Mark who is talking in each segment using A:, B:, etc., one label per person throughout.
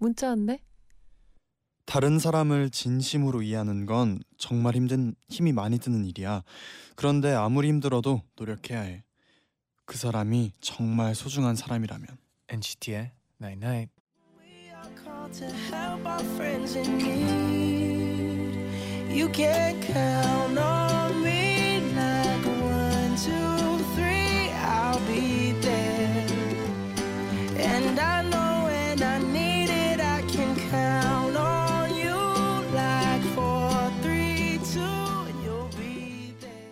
A: 문자 왔네.
B: 다른 사람을 진심으로 이해하는 건 정말 힘든 힘이 많이 드는 일이야. 그런데 아무리 힘들어도 노력해야 해. 그 사람이 정말 소중한 사람이라면.
C: NCT의 Night Night.
D: We are called to help our friends in need. You can count on me like one, two, three, I'll be there. And I know when I need it, I can count on you like four, three, two, and you'll be there.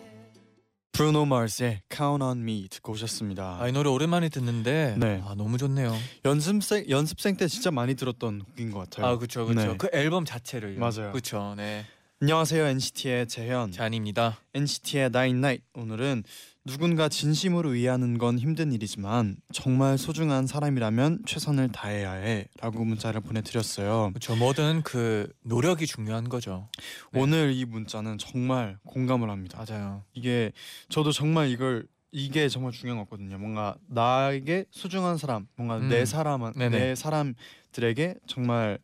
B: 브루노 마스의 Count on Me 듣고 오셨습니다.
C: 아, 이 노래 오랜만에 듣는데
B: 네.
C: 아, 너무 좋네요.
B: 연습생 연습생 때 진짜 많이 들었던 곡인 것 같아요.
C: 아, 그렇죠. 그렇죠.
B: 네.
C: 그 앨범 자체를.
B: 맞아요. 음.
C: 그렇죠. 네.
B: 안녕하세요 NCT의 재현,
C: 잔입니다.
B: NCT의 Nine Night. 오늘은 누군가 진심으로 이해하는 건 힘든 일이지만 정말 소중한 사람이라면 최선을 다해야 해라고 문자를 보내드렸어요.
C: 그렇죠. 뭐든 그 노력이 중요한 거죠. 네.
B: 오늘 이 문자는 정말 공감을 합니다.
C: 맞아요.
B: 이게 저도 정말 이걸 이게 정말 중요한 것 같거든요. 뭔가 나에게 소중한 사람, 뭔가
C: 음.
B: 내 사람
C: 네네.
B: 내 사람들에게 정말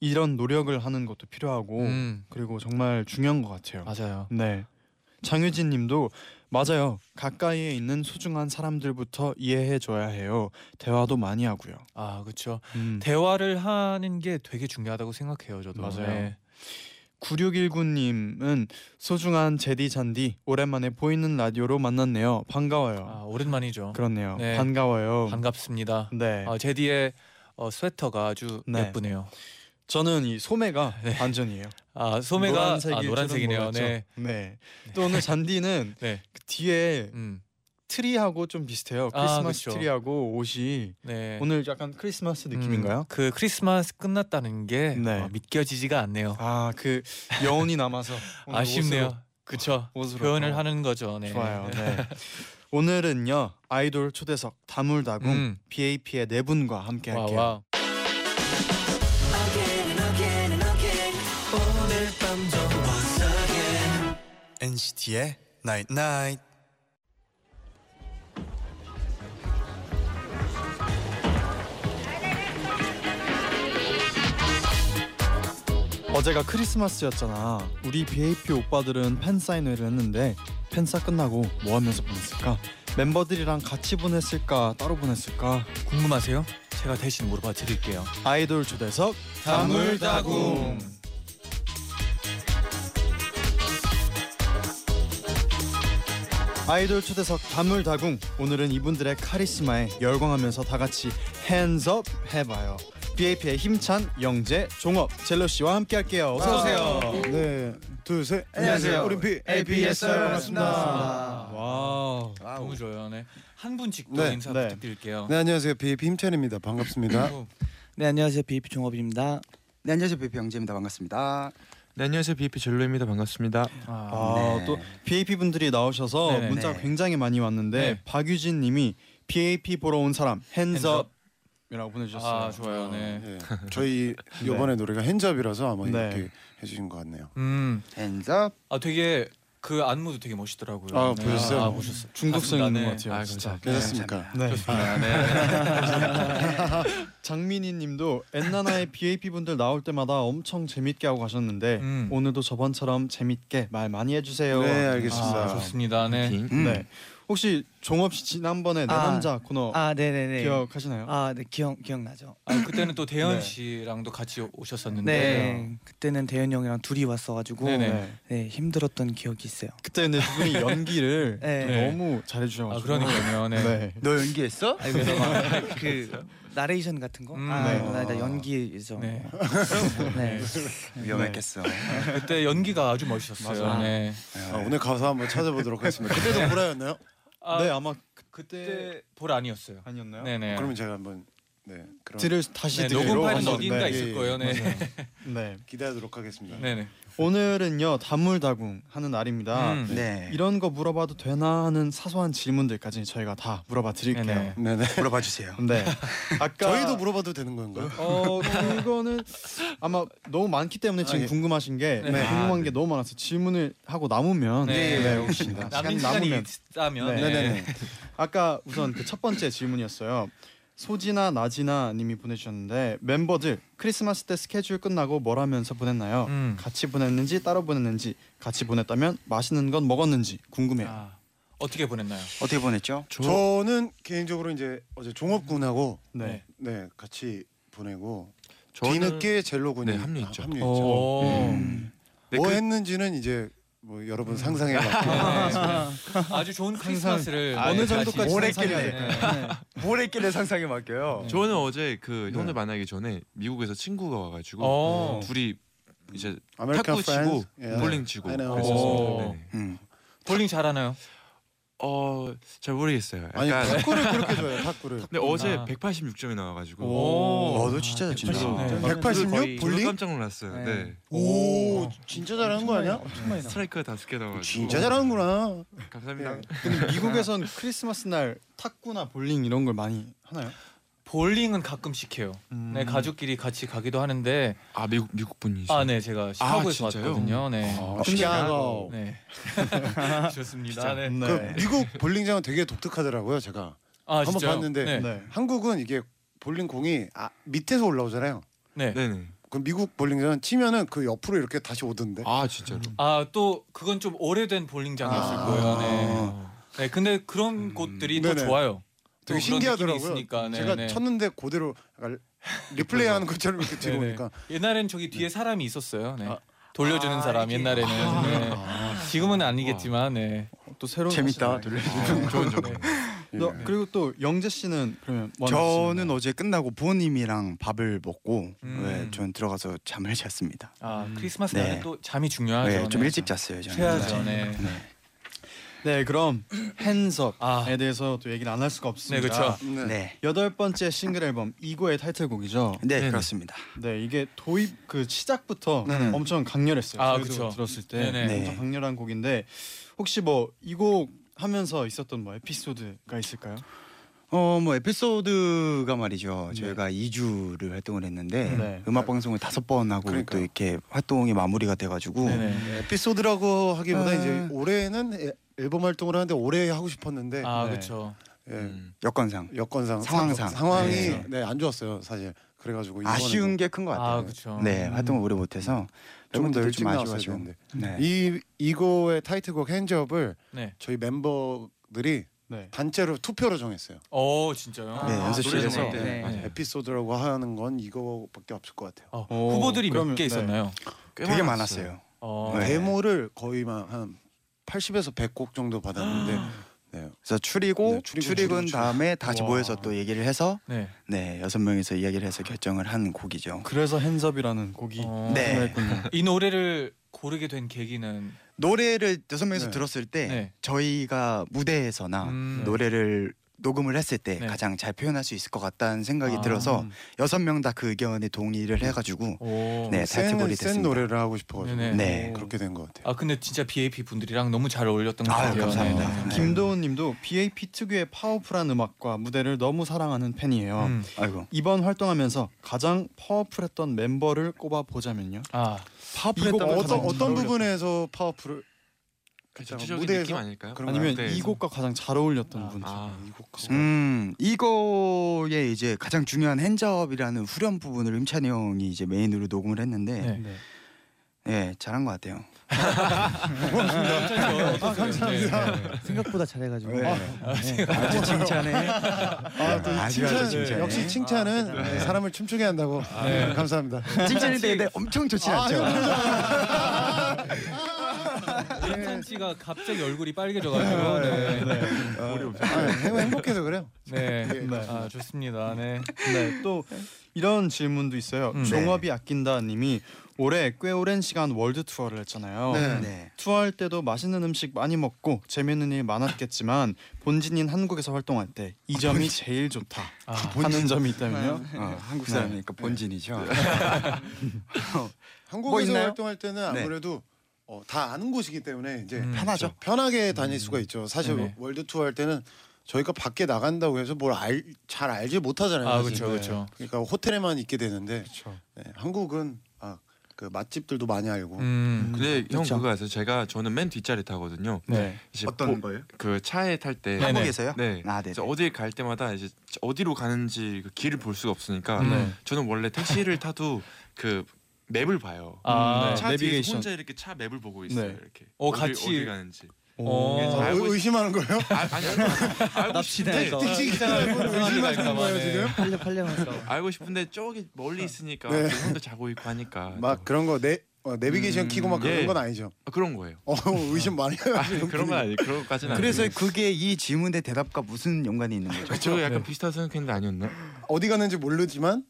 B: 이런 노력을 하는 것도 필요하고
C: 음,
B: 그리고 정말 중요한 것 같아요.
C: 맞아요.
B: 네. 장유진 님도 맞아요. 가까이에 있는 소중한 사람들부터 이해해 줘야 해요. 대화도 많이 하고요.
C: 아, 그렇죠.
B: 음.
C: 대화를 하는 게 되게 중요하다고 생각해요. 저도.
B: 맞아요.
C: 네.
B: 9619님은 소중한 제디 잔디 오랜만에 보이는 라디오로 만났네요. 반가워요.
C: 아, 오랜만이죠.
B: 그렇네요.
C: 네.
B: 반가워요.
C: 반갑습니다.
B: 네.
C: 아, 제디의 어, 스웨터가 아주
B: 네.
C: 예쁘네요.
B: 저는 이 소매가 반전이에요.
C: 아, 네. 소매가
B: 노란색일
C: 아,
B: 줄은
C: 노란색이네요.
B: 몰랐죠.
C: 네.
B: 네. 또 오늘 잔디는
C: 네.
B: 그 뒤에
C: 음.
B: 트리하고 좀 비슷해요.
C: 아,
B: 크리스마스
C: 그쵸.
B: 트리하고 옷이
C: 네.
B: 오늘 약간 크리스마스 느낌인가요?
C: 음, 그 크리스마스 끝났다는 게
B: 네.
C: 어, 믿겨지지가 않네요.
B: 아, 그 여운이 남아서 오늘
C: 아, 쉽네요
B: 옷으로-
C: 그쵸.
B: 옷으로
C: 표현을
B: 어,
C: 하는 거죠. 네.
B: 좋아요. 네. 오늘은요 아이돌 초대석 다물다궁
C: 음.
B: BAP의 네 분과 함께
C: 와,
B: 할게요.
C: 와.
D: Again and again and again 오늘 밤도 once again
B: NCT의 Night Night. 어제가 크리스마스였잖아. 우리 BAP 오빠들은 팬 사인회를 했는데 팬사 끝나고 뭐 하면서 보냈을까? 멤버들이랑 같이 보냈을까? 따로 보냈을까?
C: 궁금하세요? 제가 대신 물어봐 드릴게요.
B: 아이돌 초대석
C: 다물다궁.
B: 아이돌 초대석 다물다궁 오늘은 이분들의 카리스마에 열광하면서 다 같이 hands up 해봐요. BAP의 힘찬 영재, 종업, 젤로 씨와 함께할게요. 어서
C: 아,
B: 오세요.
E: 네, 둘, 셋.
F: 안녕하세요.
E: 오림피
F: APS.
E: 반갑습니다.
B: 와우.
C: 너무 좋아요. 네. 한 분씩 또
E: 네,
C: 인사
B: 네.
C: 부탁드릴게요.
E: 네, 안녕하세요. BAP 힘찬입니다. 반갑습니다.
C: 어,
F: 네 안녕하세요 비이피 종업입니다. 네 안녕하세요 비이피 영재입니다. 반갑습니다.
G: 네 안녕하세요 BF 젤로입니다 반갑습니다.
C: 아,
B: 아,
F: 네.
B: 또 BAP 분들이 나오셔서
C: 네네네.
B: 문자가 굉장히 많이 왔는데
C: 네.
B: 박유진 님이 BAP 보러 온 사람
C: 핸즈
B: hands
C: 업.
B: up 이라고 보내주셨어요.
C: 아, 좋아요. 네.
E: 예. 저희 이번에 노래가 핸즈업이라서 아마
B: 네.
E: 이렇게 해주신 것 같네요.
C: 음.
F: 핸즈업.
C: 아, 되게 그 안무도 되게 멋있더라고요.
E: 아,
C: 네.
E: 보셨어요?
C: 아, 보셨어요.
B: 중독성
C: 맞습니다.
B: 있는
C: 네.
B: 것 같아요.
C: 아,
B: 진짜.
C: 감사합니다.
E: 괜찮습니까?
B: 네.
C: 좋습니다. 네.
B: 장민희 님도 엔나나의 BAP 분들 나올 때마다 엄청 재밌게 하고 가셨는데
C: 음.
B: 오늘도 저번처럼 재밌게 말 많이 해주세요.
E: 네, 알겠습니다.
C: 아, 좋습니다. 네.
G: 네.
F: 음.
B: 네. 혹시 종업 씨 지난번에 내
H: 아.
B: 남자 코너
H: 아 네네네.
B: 기억하시나요?
H: 아, 네 기억 기억나죠.
C: 아, 그때는 또 대현
B: 네.
C: 씨랑도 같이 오셨었는데.
H: 네, 그때는 대현 형이랑 둘이 왔어가지고
C: 네네.
H: 네 힘들었던 기억이 있어요.
B: 그때 근데 두 분이 연기를
H: 네.
C: 네.
B: 너무 잘해주셔가지고.
C: 아, 그러니까요. 네.
B: 네.
F: 너 연기했어?
H: 아, 그래서 막그 나레이션 같은 거.
C: 음,
H: 아,
B: 네.
H: 나, 나 연기에서.
C: 네.
H: 네.
F: 위험했겠어.
C: 그때 연기가 아주 멋있었어요.
H: 맞아요.
C: 네.
E: 아, 오늘 가사 한번 찾아보도록 하겠습니다. 그때도 보라였나요?
C: 아,
B: 네 아마
C: 그때 볼 아니었어요.
B: 아니었나요?
C: 네네.
E: 그러면 제가 한번 네 그럼
B: 들을 다시
C: 네,
B: 들으러
C: 녹음 파일은
B: 한번,
C: 어디인가
B: 네.
C: 있을 거예요. 네.
B: 맞아요. 네.
E: 기대하도록 하겠습니다.
C: 네, 네.
B: 오늘은요 다물다궁 하는 날입니다.
C: 음.
F: 네.
B: 이런 거 물어봐도 되나 하는 사소한 질문들까지 저희가 다 물어봐 드릴게요.
C: 네네.
B: 네
E: 네네.
F: 물어봐 주세요.
B: 아까
E: 저희도 물어봐도 되는 건가요?
B: 어 그거는 아마 너무 많기 때문에 지금
E: 아, 예.
B: 궁금하신 게
C: 네.
B: 궁금한 게 너무 많아서 질문을 하고 남으면
C: 네, 네,
B: 혹시나
C: 남는
B: 시간이
C: 시간이
B: 남으면
C: 있다면
B: 네.
C: 네.
E: 네네네.
B: 아까 우선 그 첫 번째 질문이었어요. 소지나 나지나 님이 보내주셨는데 멤버들 크리스마스 때 스케줄 끝나고 뭘 하면서 보냈나요?
C: 음.
B: 같이 보냈는지 따로 보냈는지 같이 보냈다면 맛있는 건 먹었는지 궁금해요.
C: 아, 어떻게 보냈나요?
F: 어떻게 보냈죠?
E: 저는 개인적으로 이제 어제 종업군하고
B: 네.
E: 네 같이 보내고
G: 저는-
E: 뒤늦게 젤로군이
G: 네, 합류했죠.
C: 어.
E: 합류했죠.
C: 오. 음.
G: 네,
E: 뭐
G: 그-
E: 했는지는 이제 뭐 여러분 상상해 봐.
C: 네. 아주 좋은 크리스마스를
F: 아,
B: 어느
F: 그
C: 네,
B: 정도까지
C: 같이-
F: 오래
B: 상상해야
F: 했길래.
B: 될까요? 네.
F: 뭘 했길래 상상에 맡겨요?
G: 저는 어제 그
E: 네.
G: 형들 만나기 전에 미국에서 친구가 와가지고
C: 어.
G: 둘이 이제
E: 아메리칸
G: 탁구 치고
E: 프렌즈.
G: 볼링 치고
E: I know.
C: 오.
G: 그랬었어요. 네.
F: 음.
C: 볼링 잘하나요?
G: 어잘 모르겠어요.
E: 아니
G: 약간
E: 탁구를 그렇게 줘요. 탁구를.
G: 근데 어제
C: 아.
G: 186점이 나와가지고
C: 오.
F: 어, 너 진짜 잘 친다.
C: 백팔십, 네.
E: 186
G: 저도
E: 볼링?
G: 깜짝 놀랐어요.
H: 네.
G: 네.
E: 오, 진짜 잘하는 거 아니야?
H: 엄청 많이 나.
G: 스트라이크 다섯 개
C: 어,
G: 나와가지고
E: 진짜 잘하는구나.
G: 감사합니다.
E: 네.
B: 근데 미국에선 크리스마스 날 탁구나 볼링 이런 걸 많이 하나요?
C: 볼링은 가끔씩 해요.
B: 음.
C: 네 가족끼리 같이 가기도 하는데
G: 아 미국 미국 분이세요?
C: 아 네 제가 시카고에서
G: 진짜요?
C: 왔거든요. 네.
F: 아,
E: 아, 시카고.
C: 네. 좋습니다. 네.
B: 네.
E: 그 미국 볼링장은 되게 독특하더라고요. 제가
C: 아
E: 한번
C: 진짜요?
E: 봤는데.
C: 네.
B: 네.
E: 한국은 이게 볼링 공이 아, 밑에서 올라오잖아요.
C: 네.
G: 네네.
E: 그럼 미국 볼링장은 치면은 그 옆으로 이렇게 다시 오던데.
G: 아 진짜로.
C: 아 또 그건 좀 오래된 볼링장이었을
E: 아.
C: 거예요. 네.
E: 어.
C: 네. 근데 그런
G: 음.
C: 곳들이 더
E: 네네.
C: 좋아요. 또 그런
E: 되게
C: 느낌이
E: 신기하더라고요.
C: 있으니까. 네,
E: 제가
C: 네.
E: 쳤는데 그대로 약간 리플레이하는 것처럼 이렇게 뒤로
C: 네네.
E: 오니까
C: 옛날엔 저기 뒤에 사람이 있었어요. 네.
E: 아.
C: 돌려주는
F: 아,
C: 사람
F: 이게.
C: 옛날에는 네.
E: 아,
C: 지금은 아니겠지만 네.
B: 또 새로운
F: 재밌다. 네.
B: 사실을 알게
G: 아, 좋은 정보.
E: 예.
B: 너, 그리고 또 영재 씨는 그러면 뭐
F: 저는
B: 하셨나요?
F: 어제 끝나고 부모님이랑 밥을 먹고
C: 음.
F: 네, 전 들어가서 잠을 잤습니다.
C: 아 크리스마스
F: 네.
C: 날은 또 잠이
E: 아,
C: 중요하죠.
F: 네, 좀
C: 네.
F: 일찍 잤어요. 저는.
C: 쉬어야죠. 네.
B: 네 그럼 핸섭에
C: 아.
B: 대해서 또 얘기를 안 할 수가 없습니다.
C: 네, 그쵸.
E: 네.
F: 네.
B: 여덟 번째 싱글 앨범 2고의 타이틀곡이죠.
F: 네,
G: 네네.
F: 그렇습니다.
B: 네 이게 도입 그 시작부터
F: 네네.
B: 엄청 강렬했어요.
C: 아,
B: 저희도
C: 그쵸.
B: 들었을 때
C: 네네.
F: 네.
B: 엄청 강렬한 곡인데 혹시 뭐 이 곡 하면서 있었던 뭐 에피소드가 있을까요?
F: 어 뭐 에피소드가 말이죠.
E: 네.
F: 저희가 2주를 활동을 했는데
B: 네.
F: 음악 방송을 다섯 번 하고
E: 그러니까.
F: 또
E: 그러니까요.
F: 이렇게 활동이 마무리가 돼가지고
C: 네네.
E: 에피소드라고 하기보다
F: 아.
E: 이제 올해는 에- 앨범 활동을 하는데 올해 하고 싶었는데
C: 아
F: 네.
C: 그렇죠.
E: 예,
G: 음.
F: 여건상
E: 여건상
F: 상황상.
E: 상황이
F: 네.
E: 네. 안 좋았어요 사실. 그래가지고 이번에도
F: 아쉬운 게 큰 것 같아요.
C: 아 그렇죠.
F: 네 활동을 오래 못해서
E: 조금
F: 팬분들도
E: 더 음. 일찍 나왔어야
F: 아쉬워하죠.
E: 되는데
F: 네.
E: 이 이거의 타이틀곡 핸즈업을
C: 네.
E: 저희 멤버들이
B: 네.
E: 단체로 투표로 정했어요.
C: 어 진짜요?
F: 네,
C: 아,
F: 연습실에서.
C: 노래 정말.
H: 네.
C: 맞아요.
E: 에피소드라고 하는 건 이거밖에 없을 것 같아요.
C: 어,
B: 오,
C: 후보들이 몇
B: 그러면,
C: 개
B: 네.
C: 있었나요?
G: 꽤
F: 되게 많았어요.
C: 어.
F: 네.
E: 데모를 거의만 한 80에서 100곡 정도 받았는데
F: 네, 그래서 추리고
E: 네,
F: 추리고,
E: 추리고, 추리고, 추리고.
F: 다음에 다시
C: 와.
F: 모여서 또 얘기를 해서
C: 네.
F: 네 여섯 명이서 이야기를 해서 결정을 한 곡이죠.
B: 그래서 핸섭이라는 곡이
C: 어.
F: 네.
E: 그
B: 생각했군요.
C: 이 노래를 고르게 된 계기는
F: 노래를 여섯 명이서
E: 네.
F: 들었을 때
C: 네.
F: 저희가 무대에서나
C: 음.
F: 아, 노래를 녹음을 했을 때
C: 네.
F: 가장 잘 표현할 수 있을 것 같다는 생각이
C: 아.
F: 들어서 여섯 명 다 그 의견에 동의를 해가지고
C: 오.
F: 네 타이틀곡이
E: 센, 센
F: 됐습니다.
E: 노래를 하고 싶어가지고
C: 네네.
F: 네.
E: 그렇게 된 것 같아요.
C: 아 근데 진짜 BAP 분들이랑 너무 잘 어울렸던 것
F: 아유,
C: 같아요.
F: 감사합니다.
C: 네.
F: 네.
B: 김도훈님도 BAP 특유의 파워풀한 음악과 무대를 너무 사랑하는 팬이에요.
C: 음.
F: 아이고
B: 이번 활동하면서 가장 파워풀했던 멤버를 꼽아 보자면요.
C: 아
B: 이곡
E: 어떤
B: 가장 잘
E: 어떤
B: 어울렸-
E: 부분에서 파워풀을 했다가
G: 전체적인 그 느낌 아닐까요?
E: 그런
B: 아니면
G: 네.
B: 이 곡과 가장 잘 어울렸던
C: 아,
B: 분.
G: 아,
E: 이곡하고
F: 음 이거에 이제 가장 중요한 핸즈업이라는 후렴 부분을 임찬이 형이 이제 메인으로 녹음을 했는데
C: 네.
F: 네, 잘한 것 같아요.
C: 아, 감사합니다. 네,
H: 생각보다 잘해가지고.
F: 네. 아주 칭찬해. 네,
E: 아,
B: 그
E: 또
F: 아주
E: 칭찬,
F: 아주 칭찬해.
E: 역시 칭찬은 네, 사람을 춤추게 한다고 네, 아, 감사합니다.
F: 칭찬인데 근데 엄청 좋지 않죠.
C: 임찬 씨가 갑자기 얼굴이 빨개져가지고 네. 네.
E: 머리 없어. 행복해서 그래요.
C: 네.
E: 예.
C: 아 좋습니다. 네.
B: 네, 또 이런 질문도 있어요.
C: 음.
B: 종업이 아낀다 님이 올해 꽤 오랜 시간 월드 투어를 했잖아요.
E: 네.
F: 네.
B: 투어할 때도 맛있는 음식 많이 먹고 재밌는 일 많았겠지만 본진인 한국에서 활동할 때 이 점이 제일 좋다
C: 아,
B: 하는 점이 있다면요? 네.
F: 어, 한국 사람이니까 본진이죠.
E: 한국에서
F: 있나요?
E: 활동할 때는
F: 네.
E: 아무래도 어, 다 아는 곳이기 때문에 이제
C: 음,
F: 편하죠.
E: 그렇죠. 편하게 다닐 수가 있죠. 사실
C: 네.
E: 월드 투어 할 때는 저희가 밖에 나간다고 해서 뭘 잘 알지 못하잖아요.
C: 아
E: 사실.
C: 그렇죠 그렇죠.
E: 그러니까 호텔에만 있게 되는데
B: 그렇죠.
E: 네, 한국은 아, 그 맛집들도 많이 알고
C: 음.
G: 근데 형
H: 그쵸.
G: 그거 아세요? 제가 저는 맨 뒷자리 타거든요.
C: 네.
G: 이제
F: 어떤
B: 뭐,
G: 보-
F: 거예요?
G: 그 차에 탈 때.
C: 네네.
F: 한국에서요?
G: 네.
F: 아, 네.
G: 그래서 어디 갈 때마다 이제 어디로 가는지 그 길을 볼 수가 없으니까
C: 네.
G: 저는 원래 택시를 타도 그 맵을 봐요.
C: 아,
B: 네.
G: 차 뒤에서
B: 내비게이션.
G: 혼자 이렇게 차 맵을 보고 있어요.
B: 네.
G: 이렇게.
C: 어,
G: 어디,
C: 같이-
G: 어디 가는지.
C: 어.
G: 이게 잘
E: 아,
G: 알고
E: 의- 의심하는 거예요?
G: 아, 아니 아니. 알고 싶은데
H: 납치돼서.
E: 의심하시는 거예요 지금?
H: 팔려 팔려면서
G: 알고 싶은데 저기 멀리 있으니까
E: 네.
G: 그 형도 자고 있고 하니까
E: 막 그런 거내 어, 내비게이션
C: 음,
E: 키고 막 그런
G: 예.
E: 건 아니죠.
G: 아, 그런 거예요.
E: 어 의심 많이
G: 아,
E: 하시는
G: 그런 건 아니. 그런 것까지는 아니고.
C: 네.
F: 그래서 그게 이 질문의 대답과 무슨 연관이 있는 거죠?
G: 저 약간
C: 네.
G: 비슷하다 생각했는데 아니었나?
E: 어디 가는지 모르지만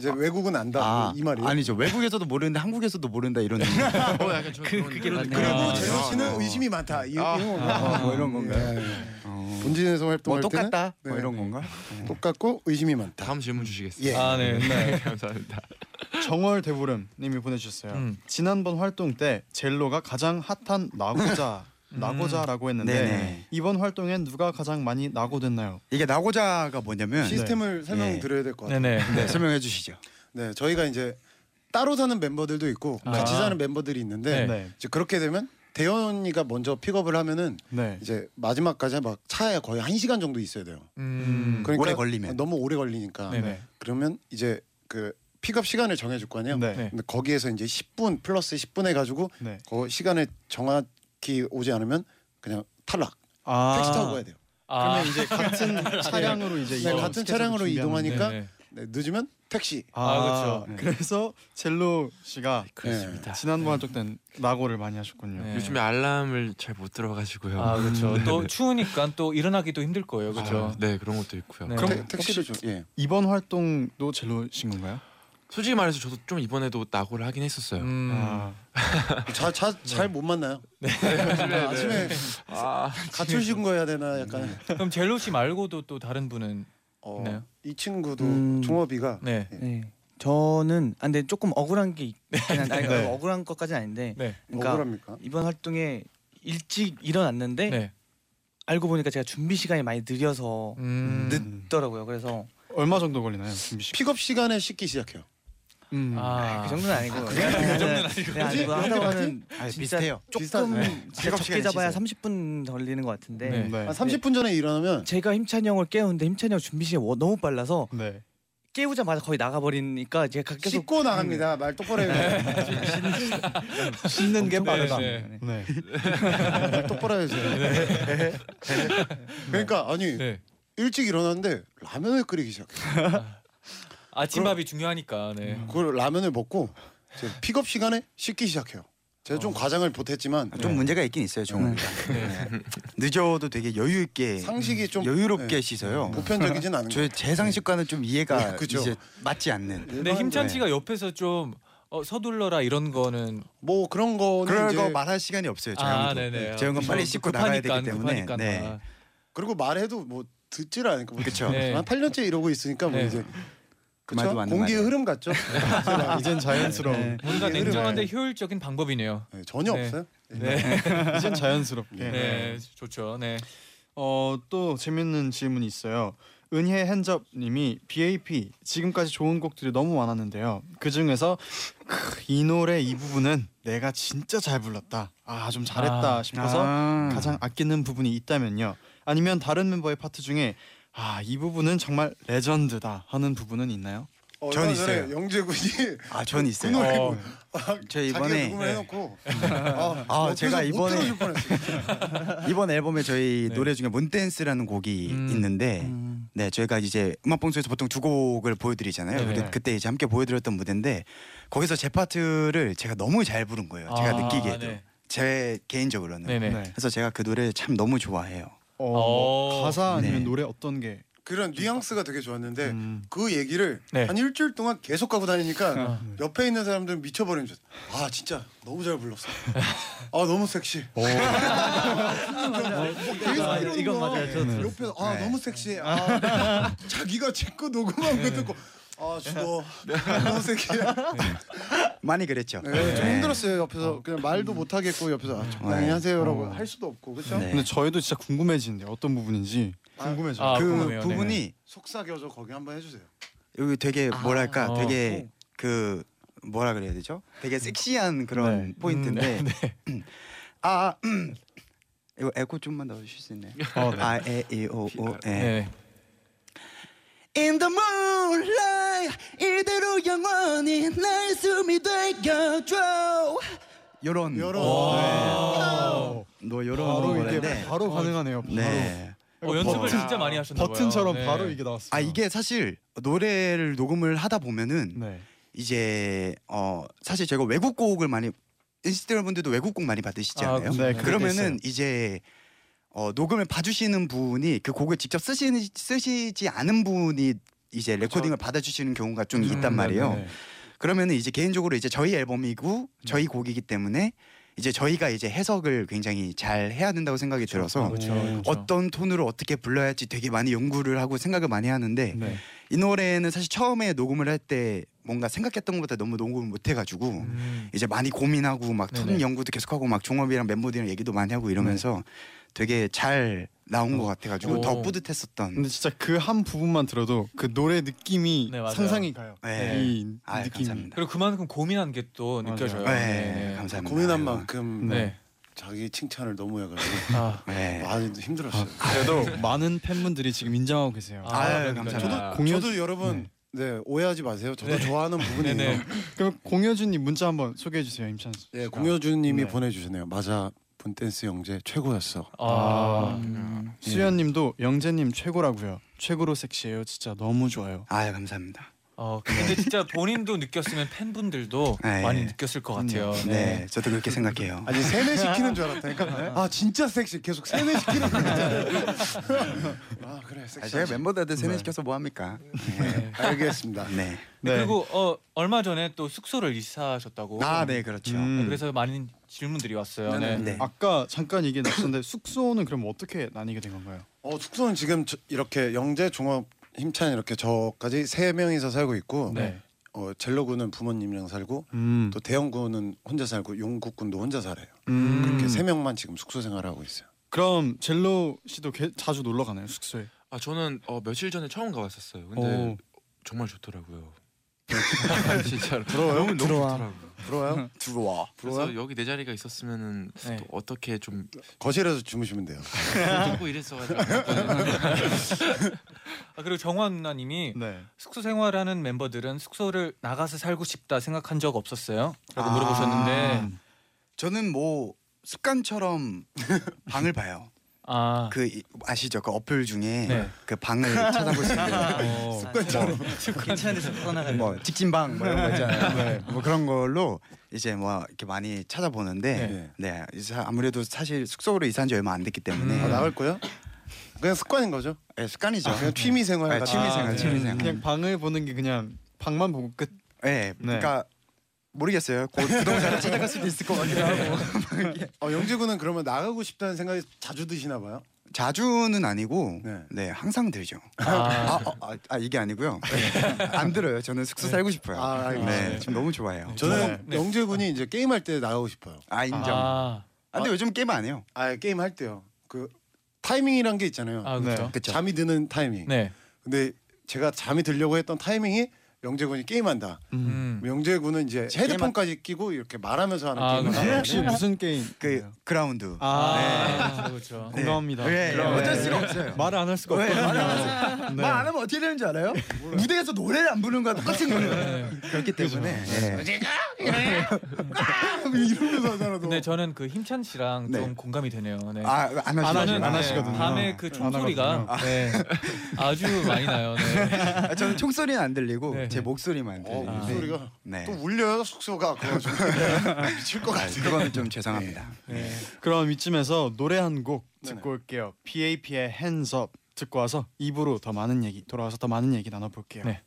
E: 이제 외국은 안다
B: 뭐,
E: 이 말이에요.
F: 아니죠. 외국에서도 모르는데 한국에서도 모르는다 이런 의미.
G: 어 약간 저
H: 그- 그게 맞네.
E: 그리고
H: 아,
E: 뭐 재석 씨는 의심이 많다. 이,
G: 아.
E: 이런
F: 아,
E: 건가?
F: 뭐 이런 건가요?
B: 네.
E: 예.
F: 어.
E: 본진에서 활동할
F: 뭐
E: 때는
F: 똑같다 뭐
E: 네.
F: 이런 건가?
E: 똑같고 의심이 많다.
G: 다음 질문 주시겠어요?
E: 예.
C: 아 네. 네.
G: 감사합니다.
B: 네. 정월 대보름님이 보내주셨어요.
C: 음.
B: 지난번 활동 때 젤로가 가장 핫한 나고자
C: 음.
B: 나고자라고 했는데
F: 네네.
B: 이번 활동엔 누가 가장 많이 나고됐나요?
F: 이게 나고자가 뭐냐면
E: 시스템을
F: 예.
E: 설명드려야 될 것 같아요.
C: 네네.
F: 네, 설명해 주시죠.
E: 네, 저희가 이제 따로 사는 멤버들도 있고
C: 아.
E: 같이 사는 멤버들이
C: 네.
E: 있는데
B: 네.
E: 이제 그렇게 되면 대현이가 먼저 픽업을 하면은
B: 네.
E: 이제 마지막까지 막 차에 거의 한 시간 정도 있어야 돼요.
C: 음.
E: 그러니까
F: 오래 걸리면.
E: 너무 오래 걸리니까
C: 네네.
E: 그러면 이제 그 픽업 시간을 정해줄 거 아니에요.
B: 네.
C: 네.
E: 근데 거기에서 이제 10분 플러스 10분 해가지고
B: 네.
E: 그 시간에 정확히 오지 않으면 그냥 탈락.
B: 아.
E: 택시 타고 가야 돼요.
C: 아.
B: 그러면 이제 같은 차량으로 이제
E: 네,
B: 이동
E: 같은
B: 스케줄을
E: 차량으로
B: 준비하는데.
E: 이동하니까
C: 네, 네.
E: 네, 늦으면 택시.
C: 아,
B: 아, 그렇죠. 그래서 젤로 씨가 네,
E: 그렇습니다.
B: 지난번 활동 때 낙오를 많이 하셨군요.
C: 네.
G: 요즘에 알람을 잘 못 들어가지고요.
C: 아 그렇죠. 또 추우니까 또 일어나기도 힘들 거예요. 그렇죠.
G: 아, 네 그런 것도 있고요.
C: 네.
E: 네.
C: 그럼
E: 택- 택시를 좀 예.
B: 이번 활동도 젤로신 건가요?
G: 솔직히 말해서 저도 좀 이번에도 낙오를 하긴 했었어요.
C: 음.
B: 아,
E: 자잘못 만나요.
G: 네.
E: 아침에
G: 아,
E: 가출 신고 해야 되나 약간.
C: 그럼 젤로 씨 말고도 또 다른 분은
E: 어,
C: 네.
E: 이 친구도
H: 음.
E: 종업이가
C: 네.
H: 네. 저는 아 근데 조금 억울한 게 있긴 한데 아니, 억울한 것까지는 아닌데
C: 네.
H: 그러니까
E: 뭐 억울합니까?
H: 이번 활동에 일찍 일어났는데
C: 네.
H: 알고 보니까 제가 준비 시간이 많이 느려서
C: 음.
B: 네.
H: 늦더라고요. 그래서
B: 얼마 정도 걸리나요? 준비 시간?
E: 픽업 시간에 씻기 시작해요.
B: 음.
F: 네,
C: 아.
H: 그 정도는 아니고 그 정도는 아니고 네, 아니고
E: 뭐지?
H: 하다 보면
F: 아,
H: 진짜
F: 비슷해요. 네.
H: 조금 진짜
F: 직업
H: 적게
F: 시간에
H: 잡아야
F: 씻어요.
H: 30분 걸리는 것 같은데
C: 네.
B: 네.
E: 한 30분 전에 일어나면
H: 제가 힘찬이 형을 깨우는데 힘찬이 형 준비 시간이 워- 너무 빨라서
B: 네.
H: 깨우자마자 거의 나가버리니까 제가 계속
E: 씻고 나갑니다. 말 똑바로 해요.
F: 씻는 게
C: 엄청
F: 빠르다.
C: 네, 네.
B: 네.
E: 말 똑바로 해요.
F: 네.
E: 네. 그러니까 아니
C: 네.
E: 일찍 일어났는데 라면을 끓이기 시작해.
C: 아침밥이 중요하니까.
F: 음.
C: 네.
E: 그 라면을 먹고 이제 픽업 시간에 씻기 시작해요. 제가 좀 과장을 보탰지만
F: 어. 아,
E: 네.
F: 좀 문제가 있긴 있어요, 정말.
C: 네.
F: 늦어도 되게 여유 있게
E: 상식이 좀
F: 예. 여유롭게
E: 예,
F: 씻어요.
E: 보편적이진 않은 거예요.
F: 저의 제 상식과는 좀 이해가
E: 네, 그죠.
F: 이제 맞지 않는.
C: 근데
F: 네.
C: 힘찬 씨가 옆에서 좀 어, 서둘러라 이런 거는
E: 뭐 그런 거는
F: 그럴
E: 이제
F: 거 말할 시간이 없어요.
C: 아,
F: 재영도.
C: 네네.
F: 재영은 빨리
C: 그렇죠.
F: 씻고 나가야 되기
C: 급하니까,
F: 때문에.
C: 급하니까.
F: 네.
C: 아,
E: 그리고 말해도 뭐 듣질 않으니까 뭐
F: 그렇죠.
C: 네.
E: 한 8년째 이러고 있으니까 뭐
C: 네.
E: 이제
F: 그
E: 그쵸?
F: 말도 맞는
E: 공기의
F: 말이에요. 네.
E: 흐름 같죠.
B: 이젠 자연스러운.
C: 뭔가
E: 네.
C: 냉정한데 효율적인 방법이네요.
E: 네, 전혀
C: 네.
E: 없어요.
C: 네.
B: 이젠 자연스럽게.
C: 네. 좋죠. 네.
B: 어, 또 재밌는 질문이 있어요. 은혜 hen접 님이 BAP 지금까지 좋은 곡들이 너무 많았는데요. 그중에서 크, 이 노래 이 부분은 내가 진짜 잘 불렀다. 아, 좀 잘했다
C: 아.
B: 싶어서
F: 아.
B: 가장 아끼는 부분이 있다면요. 아니면 다른 멤버의 파트 중에 아, 이 부분은 정말 레전드다 하는 부분은 있나요?
E: 어,
F: 전
E: 얼마 전에
F: 있어요.
E: 영재 군이
F: 아, 전 있어요.
E: 그 노래
F: 어.
E: 뭐- 아,
F: 저
E: 자기가
F: 이번에
E: 녹음을 해놓고 아,
F: 아,
E: 옆에서
F: 제가 이번에-
E: 못 들어줄 뻔했어요.
F: 이번 앨범에 저희
C: 네.
F: 노래 중에 문댄스라는 곡이
C: 음.
F: 있는데
H: 음.
F: 네 저희가 이제 음악방송에서 보통 두 곡을 보여드리잖아요.
C: 네네.
F: 근데 그때 이제 함께 보여드렸던 무대인데 거기서 제 파트를 제가 너무 잘 부른 거예요. 제가
C: 아,
F: 느끼기에도
C: 네.
F: 제 개인적으로는
C: 네네.
B: 네.
F: 그래서 제가 그 노래를 참 너무 좋아해요.
B: 어, 뭐
C: 어.
B: 가사 아니면
F: 네.
B: 노래 어떤 게?
E: 그런 뉘앙스가 되게 좋았는데
B: 음,
E: 그 얘기를
C: 네.
E: 한 일주일 동안 계속 하고 다니니까
C: 아.
E: 옆에 있는 사람들은 미쳐버리는 줄. 알았어요. 아 진짜 너무 잘 불렀어. 아 너무 섹시. 아,
H: 이건 맞아요. 저는.
E: 옆에 서아
F: 네.
E: 너무 섹시해. 아, 자기가 제거 녹음한 거 듣고 아 죽어. 너무 섹시해.
F: 많이 그랬죠.
E: 네, 아. 좀 힘들었어요 옆에서 그냥 말도 못 하겠고 옆에서 아, 적당히
F: 네.
E: 하세요라고 할 수도 없고 그렇죠.
F: 네.
B: 근데 저희도 진짜 궁금해지는데 어떤 부분인지 궁금해져.
C: 아,
F: 그
C: 궁금해요.
F: 부분이
C: 네네.
E: 속삭여줘 거기 한번 해주세요.
F: 여기 되게 뭐랄까
C: 아.
F: 되게 그 뭐라 그래야 되죠? 되게 섹시한 그런
B: 네.
F: 포인트인데
C: 음, 네.
F: 아 음. 이거 에코 좀만 넣어주실 수 있나요?
B: 어, 네.
F: I A E O O E
C: 네.
B: 네.
F: In the moonlight 이대로 영원히 날 숨이 되어줘 요런
E: 여러
C: 와.
F: 뭐
B: 바로
F: 요런
B: 이게
F: 노래인데
B: 바로 가능하네요. 바로.
F: 네.
C: 어, 연습을
B: 버튼,
C: 진짜 많이 하셨나 봐요.
B: 버튼처럼
C: 네.
B: 바로 이게 나왔어요.
F: 아 이게 사실 노래를 녹음을 하다 보면은
B: 네.
F: 이제 어 사실 제가 외국 곡을 많이 NCT 여러분들도 외국 곡 많이 받으시지
C: 아,
F: 않아요?
C: 그렇죠.
B: 네, 그럴 때 있어요.
F: 그러면은 이제 어 녹음을 봐주시는 분이 그 곡을 직접 쓰시, 쓰시지 않은 분이 이제 레코딩을 받아주시는 경우가 좀
C: 그렇죠. 음,
F: 있단 말이에요.
B: 네.
F: 그러면은 이제 개인적으로 이제 저희 앨범이고
C: 네.
F: 저희 곡이기 때문에 이제 저희가 이제 해석을 굉장히 잘 해야 된다고 생각이 들어서
C: 그렇죠. 그렇죠.
B: 음.
F: 어떤 톤으로 어떻게 불러야 할지 되게 많이 연구를 하고 생각을 많이 하는데
C: 음.
B: 네.
F: 이 노래는 사실 처음에 녹음을 할 때 뭔가 생각했던 것보다 너무 녹음을 못 해가지고
C: 음.
F: 이제 많이 고민하고 막
C: 네네.
F: 톤 연구도 계속하고 막 종업이랑 멤버들이랑 얘기도 많이 하고 이러면서 되게 잘 나온 것 같아가지고
C: 오.
F: 더 뿌듯했었던
B: 근데 진짜 그 한 부분만 들어도 그 노래 느낌이
C: 네, 맞아요.
B: 상상이 가요.
F: 네.
B: 이
F: 아
B: 느낌이.
F: 감사합니다.
C: 그리고 그만큼 고민한 게 또
B: 맞아요.
C: 느껴져요.
F: 네,
C: 네, 네.
F: 감사합니다.
E: 고민한
F: 아이고.
E: 만큼
C: 네.
E: 자기 칭찬을 너무 해가지고
C: 아.
F: 네.
E: 아 힘들었어요.
B: 그래도 많은 팬분들이 지금 인정하고 계세요.
C: 아,
F: 아유,
C: 그러니까요.
F: 감사합니다.
B: 공연-
E: 저도 여러분 네. 오해하지 마세요. 저도 좋아하는 부분이에요.
C: 네네.
E: 네
B: 그럼 공효준님 문자 한번 소개해 주세요, 임찬 씨.
E: 예, 공효준님이
B: 네.
E: 보내주셨네요. 맞아 분댄스 영재 최고였어.
C: 아.
G: 음.
B: 수현님도 영재님 최고라고요. 최고로 섹시해요. 진짜 너무 좋아요.
F: 아유 감사합니다.
C: 어, 근데 진짜 본인도 느꼈으면 팬분들도
F: 네.
C: 많이 느꼈을 것 같아요.
F: 네. 저도 그렇게 생각해요.
E: 아니 세뇌 시키는 줄 알았다니까. 아 진짜 섹시. 계속 세뇌 시키는 거 있잖아요. 아 그래
F: 아,
E: 섹시.
F: 제가 멤버들한테 세뇌시켜서 뭐 합니까? 네.
E: 알겠습니다.
F: 네.
B: 네.
C: 그리고 어, 얼마 전에 또 숙소를 이사하셨다고.
F: 아, 네, 그렇죠.
B: 음.
C: 네, 그래서 많은 질문들이 왔어요.
E: 네네.
C: 네.
F: 네.
B: 아까 잠깐 얘기 나왔는데 숙소는 그럼 어떻게 나뉘게 된 건가요?
E: 어 숙소는 지금 저- 이렇게 영재 종업 힘찬 이렇게 저까지 세 명이서 살고 있고
C: 네.
E: 어 젤로군은 부모님이랑 살고
B: 음.
E: 또 대형군은 혼자 살고 용국군도 혼자 살아요.
B: 음.
E: 그렇게 세 명만 지금 숙소 생활하고 있어요.
B: 그럼 젤로 씨도 게, 자주 놀러 가나요 숙소에?
G: 아 저는 어, 며칠 전에 처음 가봤었어요. 근데 정말 좋더라고요. 진짜로 너무 너무
H: 들어와.
G: 좋더라고요.
E: 부러워요?
F: 들어와.
G: 그래서 여기 내 자리가 있었으면은
C: 네.
G: 또 어떻게 좀
E: 거실에서 주무시면 돼요.
G: 하고 이랬어가지고
C: 아, 그리고 정화 누나님이
B: 네.
C: 숙소 생활하는 멤버들은 숙소를 나가서 살고 싶다 생각한 적 없었어요? 라고 물어보셨는데
F: 저는 뭐 습관처럼 방을 봐요.
C: 아,
F: 그 이- 아시죠? 그 어플 중에
C: 네.
F: 그 방을 찾아볼 수 있는
C: 어,
H: 괜찮은 데서 떠나가는
F: 뭐 직진방 뭐 이런 거 있잖아요. 뭐 그런 걸로 이제 뭐 이렇게 많이 찾아보는데 네, 이제 아무래도 사실 숙소로 이사한 지 얼마 안 됐기 때문에
C: 음.
E: 아, 나갈 거예요? 그냥 습관인 거죠.
F: 예, 습관이죠.
E: 그냥 취미 생활
F: 네,
E: 같은
F: 취미 생활,
C: 아, 네.
F: 취미 생활.
B: 그냥 방을 보는 게 그냥 방만 보고 끝.
F: 예, 그러니까 모르겠어요. 곧 부동산을 찾아갈 수도 있을 것 같기도 하고.
E: 어, 영재군은 그러면 나가고 싶다는 생각이 자주 드시나 봐요.
F: 자주는 아니고
E: 네.
F: 네, 항상 들죠.
C: 아,
F: 아, 아, 아, 아, 이게 아니고요. 안 들어요. 저는 숙소 살고 싶어요.
E: 아, 알겠습니다.
F: 네, 지금 너무 좋아해요.
E: 저는
C: 네.
E: 영재군이 이제 게임 할 때 나가고 싶어요.
F: 아 인정. 아,
C: 아,
F: 근데 요즘 게임 안 해요.
E: 아 게임 할 때요. 그 타이밍이란 게 있잖아요.
F: 네.
C: 아 그렇죠.
F: 그쵸?
E: 잠이 드는 타이밍.
C: 네.
E: 근데 제가 잠이 들려고 했던 타이밍이 영재군이 게임한다.
C: 음.
E: 영재군은 이제 헤드폰까지 끼고 이렇게 말하면서 하는
C: 아,
E: 게임을
C: 그래요?
E: 하거든요.
B: 혹시 무슨 게임?
C: 네.
F: 그 그라운드.
B: 아,
C: 아, 그렇죠.
B: 네. 공감합니다.
F: 네,
B: 그럼-
F: 어쩔 수가 없어요. 네.
B: 말을 안 할 수가
F: 왜?
B: 없거든요.
F: 말을 안 하면- 말안 하면 어떻게 되는 줄 알아요? 무대에서 노래를 안 부르는 거와 똑같은 거예요. 그렇기 때문에 예.
E: 이러면서 하잖아. 너.
C: 근데 저는 그 힘찬 씨랑
F: 네.
C: 좀 공감이 되네요. 네.
F: 아안
B: 안
F: 하시죠.
B: 하시는- 안 하시거든요.
C: 밤에 그
B: 안
C: 총소리가 네. 아주 많이 나요. 네.
F: 저는 총소리는 안 들리고
C: 네.
F: 제 목소리만
E: 어,
F: 들리는데
E: 목소리가
F: 네.
E: 또 울려요 숙소가 그거 좀 미칠 것
F: 아,
E: 같은데.
F: 그거는 좀 죄송합니다.
C: 네.
B: 그럼 이쯤에서 노래 한 곡
E: 네네.
B: 듣고 올게요. PAP의 Hands Up 듣고 와서 입으로 더 많은 얘기 돌아와서 더 많은 얘기 나눠볼게요.
C: 네.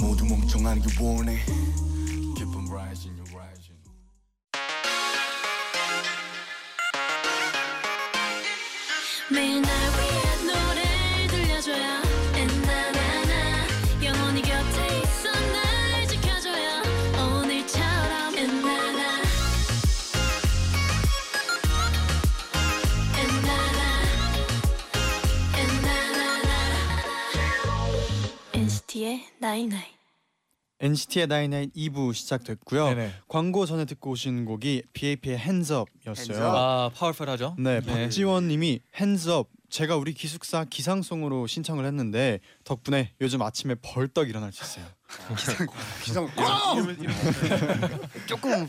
A: 모두 멍청한 게 원해 Keep on rising, you're rising
I: 매일 날 위한 노래를 들려줘요 엔나나나 영원히 곁에 있어 날 지켜줘요 오늘처럼 엔나나 엔나나 엔나나나 NCT의 나이나이
B: NCT의 Nine Night 2부 시작됐고요.
C: 네네.
B: 광고 전에 듣고 오신 곡이 BAP의 Hands Up였어요.
E: Hands Up.
C: 아 파워풀하죠.
B: 네, 박지원님이 Hands Up 제가 우리 기숙사 기상송으로 신청을 했는데 덕분에 요즘 아침에 벌떡 일어날 수 있어요.
E: 기상
F: 조금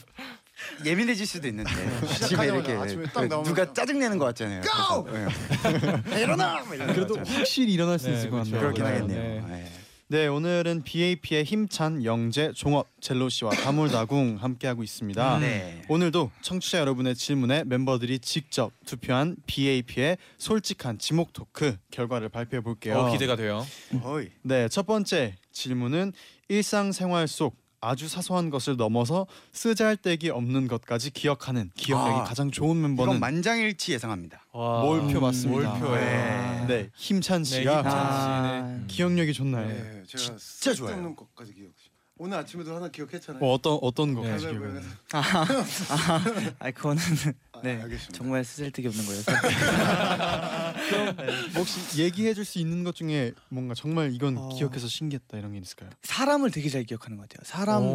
F: 예민해질 수도 있는데 네. 아침에 이렇게 그
E: 시작하자마자 아침에 딱 나오면
F: 누가 짜증 내는 것 같잖아요.
E: Go!
F: 그래서, 예. 일어나! 막 이러는
B: 그래도
F: 거죠.
B: 확실히 일어날 수 있을 것 같네요.
F: 그렇긴
B: 네.
F: 하겠네요.
B: 네.
F: 예.
B: 네, 오늘은 BAP의 힘찬 영재, 종업, 젤로 씨와 다물다궁 함께하고 있습니다.
F: 네.
B: 오늘도 청취자 여러분의 질문에 멤버들이 직접 투표한 BAP의 솔직한 지목 토크 결과를 발표해 볼게요.
C: 어, 기대가 돼요.
F: 어이.
B: 네, 첫 번째 질문은 일상생활 속 아주 사소한 것을 넘어서 쓰잘데기 없는 것까지 기억하는 기억력이
F: 아,
B: 가장 좋은 멤버는 아,
F: 이건 만장일치 예상합니다.
C: 와.
B: 몰표 맞습니다.
F: 몰표예요.
B: 네, 힘찬
C: 네,
B: 씨가 음.
C: 힘찬 씨, 네.
B: 기억력이 좋나요?
E: 네, 제가
F: 진짜 좋아요.
E: 쓸데없는 것까지 기억. 오늘 아침에도 하나 기억했잖아요.
B: 뭐 어떤 어떤 거?
C: 네.
B: 가지고
E: 가위바위보
B: 기억나요?
E: 해서.
H: 아 그거는
E: 아,
H: 네
E: 알겠습니다.
H: 정말 쓰잘데기 없는 거예요.
B: 혹시 얘기해 줄 수 있는 것 중에 뭔가 정말 이건
H: 어.
B: 기억해서 신기했다 이런 게 있을까요?
H: 사람을 되게 잘 기억하는 것 같아요. 사람 그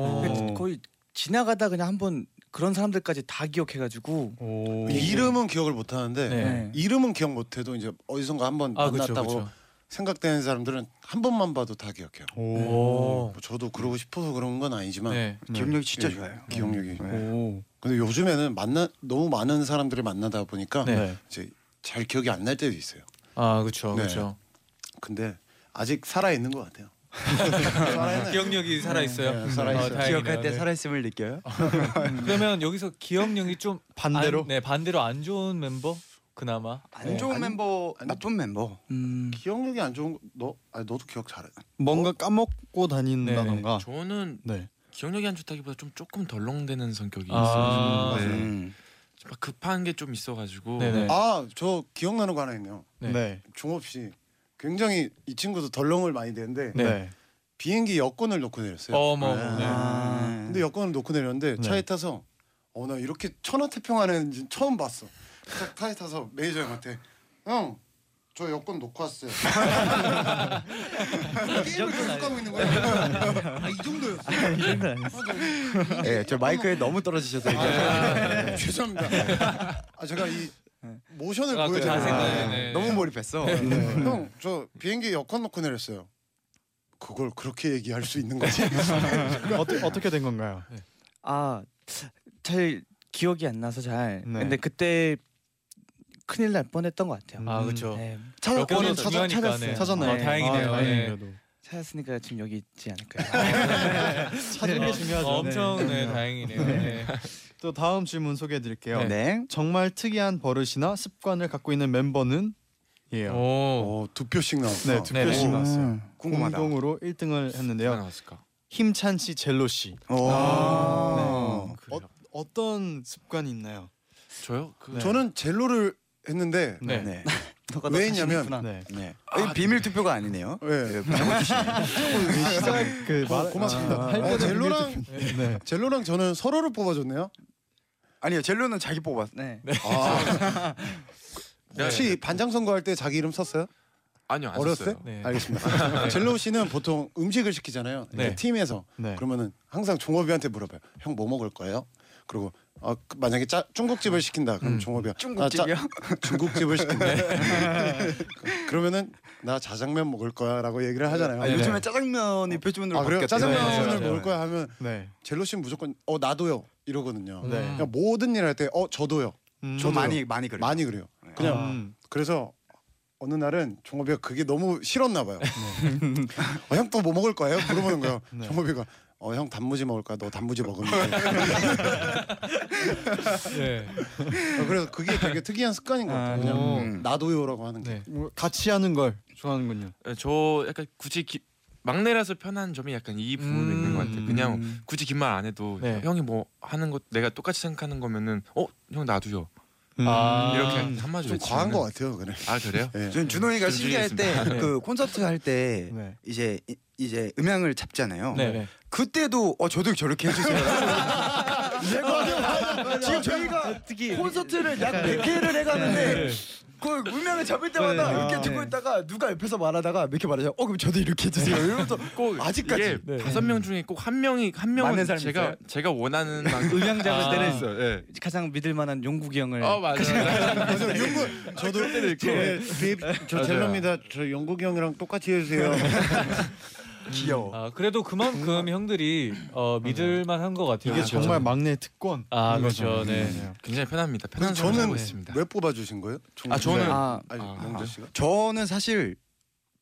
B: 오.
H: 거의 지나가다 그냥 한번 그런 사람들까지 다 기억해가지고
B: 오.
E: 이름은 기억을 못 하는데
C: 네.
H: 네.
E: 이름은 기억 못 해도 이제 어디선가 한 번
C: 아 그렇죠
E: 아, 만났다고
C: 그렇죠.
E: 생각되는 사람들은 한 번만 봐도 다 기억해요.
B: 네.
C: 오.
E: 뭐 저도 그러고 싶어서 그런 건 아니지만
C: 네.
F: 기억력이 진짜
E: 예,
F: 좋아요.
E: 기억력이.
B: 네. 오.
E: 근데 요즘에는 만나 너무 많은 사람들을 만나다 보니까
C: 네.
E: 이제 잘 기억이 안 날 때도 있어요.
C: 아 그렇죠
E: 네.
C: 그렇죠.
E: 근데 아직 살아 있는 것 같아요. 살아있네.
C: 기억력이 살아 있어요. 네.
E: 네, 살아있어요.
F: 기억할 때 살아있음을 느껴요?
C: 그러면 여기서 기억력이 좀
B: 반대로?
C: 안, 네 반대로 안 좋은 멤버 그나마
F: 안 좋은 멤버, 네. 아, 나쁜 멤버.
H: 음,
E: 기억력이 안 좋은 거, 너 아니, 너도 기억 잘해.
C: 어?
B: 뭔가 까먹고 다닌다던가.
G: 저는
B: 네.
G: 기억력이 안 좋다기보다 좀 조금 덜렁대는 성격이
C: 아,
G: 있어요.
C: 네.
F: 음.
G: 막 급한 게 좀 있어가지고
C: 네네.
E: 아저 기억나는 거 하나 있네요.
C: 네.
B: 네.
E: 종업 씨 굉장히 이 친구도 덜렁을 많이 되는데
C: 네.
E: 비행기 여권을 놓고 내렸어요.
C: 어머 네.
F: 아.
E: 근데 여권을 놓고 내렸는데
B: 네.
E: 차에 타서 어 나 이렇게 천하태평하는 지 처음 봤어. 딱 차에 타서 매니저 형한테 형. 저 여권 놓고 왔어요. 게임을 계속 까고 있는 거야. 아, 이 정도였어.
F: 예, 저 마이크에 너무 떨어지셔서 얘기해요.
E: 아, 네, 죄송합니다. 아 제가 이 모션을
C: 아, 그
E: 보여드리는
C: 자세가,
E: 거예요. 네.
C: 네, 네.
F: 너무 몰입했어. 네.
E: 형, 저 비행기 여권 놓고 내렸어요. 그걸 그렇게 얘기할 수 있는 거지?
B: 어,
C: 네.
B: 어떻게 어떻게 된 건가요?
H: 아잘 기억이 안 나서 잘.
B: 네.
H: 근데 그때 큰일 날 뻔했던 것 같아요.
C: 아 그렇죠.
H: 네,
C: 여권은
B: 찾아-
C: 중요하니까
H: 찾았어요.
C: 네.
B: 찾았나요?
C: 어, 다행이네요.
B: 음. 아,
C: 네.
B: 다행이네요.
H: 찾았으니까 지금 여기 있지
F: 아,
H: 않을까요?
B: 찾은 게 중요하죠.
C: 어, 엄청 네,
B: 네.
C: 다행이네요. 네.
B: 또 다음 질문 소개해 드릴게요.
C: 네.
F: 네.
B: 정말 특이한 버릇이나 습관을 갖고 있는 멤버는
C: 네.
B: 예요.
C: 오.
E: 어, 두 표씩 나왔어.
B: 네, 두
C: 네,
B: 표씩
C: 네.
E: 아,
B: 나왔어요.
F: 궁금하다.
B: 공동으로 1등을
G: 누가
B: 했는데요.
G: 나왔을까?
B: 힘찬 씨, 젤로 씨.
F: 오.
H: 네.
B: 아.
G: 그래요.
B: 어떤 습관이 있나요?
G: 저요? 그
B: 네.
E: 저는 젤로를 했는데
C: 네.
F: 네.
H: 너가
E: 왜
H: 너 자신
E: 했냐면-
H: 있구나.
B: 네.
F: 네.
E: 아,
F: 이거 비밀 투표가 아니네요.
E: 예.
F: 예, 잘못주시네
B: 그
E: 어, 고맙습니다.
B: 아,
E: 어,
B: 할
E: 젤로랑
B: 뻔- 네.
E: 젤로랑 저는 서로를 뽑아줬네요.
F: 아니요, 젤로는 자기 뽑았.
H: 네.
F: 네.
E: 혹시 반장 선거할 때 자기 이름 썼어요?
G: 아니요 안
E: 어렸을
G: 썼어요.
E: 때?
C: 네.
E: 알겠습니다. 젤로 씨는 보통 음식을 시키잖아요. 이제
C: 네.
E: 팀에서
B: 네.
E: 그러면은 항상 종업이한테 물어봐요. 형 뭐 먹을 거예요? 그리고 아, 그 만약에 짜, 중국집을 시킨다. 그럼 종업이
F: 중국집이요?
E: 중국집을 시킨다. 그- 그러면은 나 자장면 먹을 거야라고 얘기를 하잖아요. 네.
F: 아, 요즘에 짜장면이 표준으로
E: 아 그래요?
F: 바뀌었대요. 네,
E: 짜장면을
C: 맞아요.
E: 먹을 거야 하면
B: 네.
E: 젤로 씨는 무조건 어 나도요 이러거든요.
B: 네.
E: 그냥 모든 일 할 때 어 저도요
F: 좀
E: 저도요.
F: 많이 많이 그렇죠. 그래요.
E: 많이 그래요. 그냥
B: 음.
E: 그래서 어느 날은 종업이가 그게 너무 싫었나 봐요. 어, 형 또 뭐 먹을 거예요? 물어보는 거예요. 종업이가 어 형 단무지 먹을 거야. 너 단무지 먹으면 돼.
C: 예.
E: 어, 그래서 그게 되게 특이한 습관인 것 같아요. 그냥
B: 오.
E: 음, 나도요라고 하는 게.
B: 네. 뭐 같이 하는 걸 좋아하는군요.
G: 예, 저 약간 굳이 기, 막내라서 편한 점이 약간 이 부분이
C: 음.
G: 있는 것 같아요. 그냥 굳이 긴 말 안 해도
C: 네.
G: 형이 뭐 하는 것 내가 똑같이 생각하는 거면은 어 형 나도요
B: 음.
G: 음.
C: 아.
G: 이렇게 한마디
E: 좀
G: 외치면
E: 과한 것 같아요. 그래.
G: 아 그래요?
E: 예.
F: 저는 네. 준호이가
G: 좀
F: 신기할 때
G: 줄이겠습니다.
E: 네.
F: 그 콘서트 할 때
B: 네.
F: 이제 이- 이제 음향을 잡잖아요.
C: 네. 네.
F: 그때도 어 저도 저렇게 해주세요.
E: 네.
F: 지금 저희가 콘서트를 약 100회를 해가는데
E: 네.
F: 그 음향을 잡을 때마다
C: 네.
E: 아,
F: 이렇게 듣고 있다가 누가 옆에서 말하다가 이렇게 말하자. 어 그럼 저도 이렇게 해주세요.
E: 네.
F: 이러면서
G: 꼭
F: 아직까지.
G: 이게
C: 네.
G: 다섯 명 중에 꼭 한 명이 한
H: 맞는
G: 명은
H: 사람이
G: 제가
H: 있어요?
G: 제가 원하는 만큼
H: 음향 잡을 때는
G: 있어요. 예.
H: 가장 믿을 만한 용국이 형을
F: 아,
G: 어 맞아요.
E: 그래서 영국 저도 예, 비- 저
G: 맞아요.
E: 죄송합니다. 저 영국 형이랑 똑같이 해주세요.
B: 네.
F: 귀여워.
C: 아, 그래도 그만큼 형들이 어, 믿을만한 것 같아요.
B: 이게
C: 아,
B: 정말
C: 그렇죠.
B: 막내 특권.
C: 아, 그렇죠. 네.
G: 굉장히 편합니다. 편한
E: 근데
G: 저는
E: 저는
G: 하고 있습니다.
E: 왜 뽑아주신 거예요? 네.
G: 아 저는
H: 아,
E: 아니
G: 아,
E: 영재 씨가
F: 그 저는 사실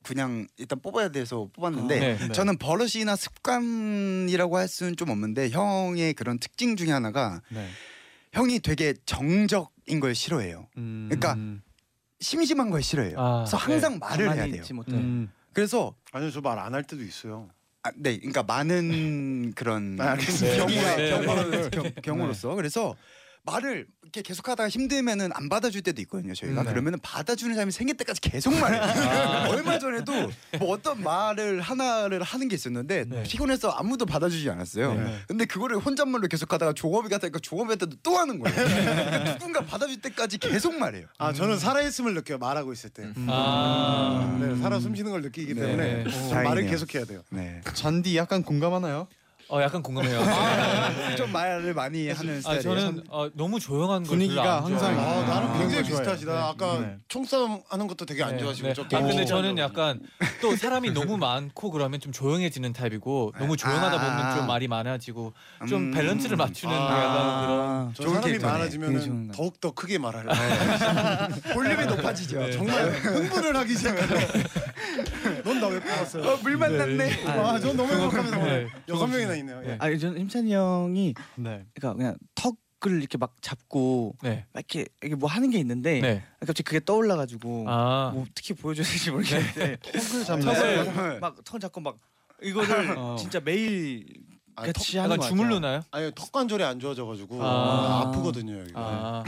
F: 그냥 일단 뽑아야 돼서 뽑았는데
C: 네, 네.
F: 저는 버릇이나 습관이라고 할 수는 좀 없는데 형의 그런 특징 중에 하나가
B: 네.
F: 형이 되게 정적인 걸 싫어해요.
B: 음.
F: 그러니까 심심한 걸 싫어해요.
C: 아,
F: 그래서 항상 말을 해야
H: 네. 가만히
F: 돼요.
H: 있지 뭐. 못해.
B: 음.
F: 그래서
E: 아니요 저 말 안 할 때도 있어요.
F: 아, 네, 그러니까 많은 그런
E: 아, 알겠습니다.
F: 경우
C: 네.
F: 경우로, 경, 경우로서 그래서 말을 이렇게 계속하다가 힘들면은 안 받아줄 때도 있거든요. 저희가
C: 음, 네.
F: 그러면은 받아주는 사람이 생길 때까지 계속 말해요. 얼마 전에도 뭐 어떤 말을 하나를 하는 게 있었는데
C: 네.
F: 피곤해서 아무도 받아주지 않았어요.
B: 네.
F: 근데 그거를 혼잣말로 계속하다가 종업이가 되니까 종업이한테도 또 하는 거예요. 그러니까 누군가 받아줄 때까지 계속 말해요.
E: 아 저는 살아있음을 느껴요 말하고 있을 때.
C: 아.
E: 네, 살아 숨쉬는 걸 느끼기 때문에
C: 네.
E: 어,
F: 다행이네요.
E: 말을 계속 해야 돼요.
F: 네,
B: 잔디 약간 공감하나요?
C: 어, 약간 공감해요.
B: 네.
F: 좀 말을 많이 하는
C: 아,
F: 스타일이에요.
C: 저는 어, 너무 조용한 걸
B: 분위기가
C: 별로 안
B: 항상
E: 아,
C: 좋아해요.
B: 아,
E: 나랑 굉장히
B: 그거 좋아해요.
E: 비슷하시다. 아까
B: 네.
E: 총싸움 하는 것도 되게 안
C: 네,
E: 좋아하시고
C: 네.
E: 저
C: 아 근데
E: 게임
C: 저는
E: 좋아하고.
C: 약간 또 사람이 너무 많고 그러면 좀 조용해지는 타입이고 너무 조용하다 보면
F: 아.
C: 좀 말이 많아지고 좀
F: 음.
C: 밸런스를 맞추는 약간 그런
F: 아,
E: 저 사람이
F: 캐릭터네.
H: 되게 좋은
E: 많아지면
H: 거.
E: 더욱 더 크게 말하려고 해요.
F: 볼륨이 높아지죠.
E: 정말 흥분을 하기 시작해요. 넌나 왜 뽑았어요?
F: 물 만났네.
E: 아, 전 너무 행복합니다.
C: 네.
E: 오늘 여섯 명이나 있네요. 예.
C: 네.
H: 아 저는 힘찬이 형이
B: 네.
H: 그러니까 그냥 턱을 이렇게 막 잡고
C: 네.
H: 막 이렇게 이렇게 뭐 하는 게 있는데
C: 네.
H: 갑자기 그게 떠올라가지고
C: 아.
F: 네.
H: 뭐 어떻게 보여줘야 될지 모르겠는데
B: 턱을 잡는
C: 턱을
E: 예.
H: 막턱 잡고 막 이거를
C: 어.
H: 진짜 매일
E: 아,
H: 같이 하는
C: 약간
H: 거
C: 주물르나요?
E: 아니 턱 관절이 안 좋아져가지고
C: 아.
E: 아. 프거든요 여기.
C: 아.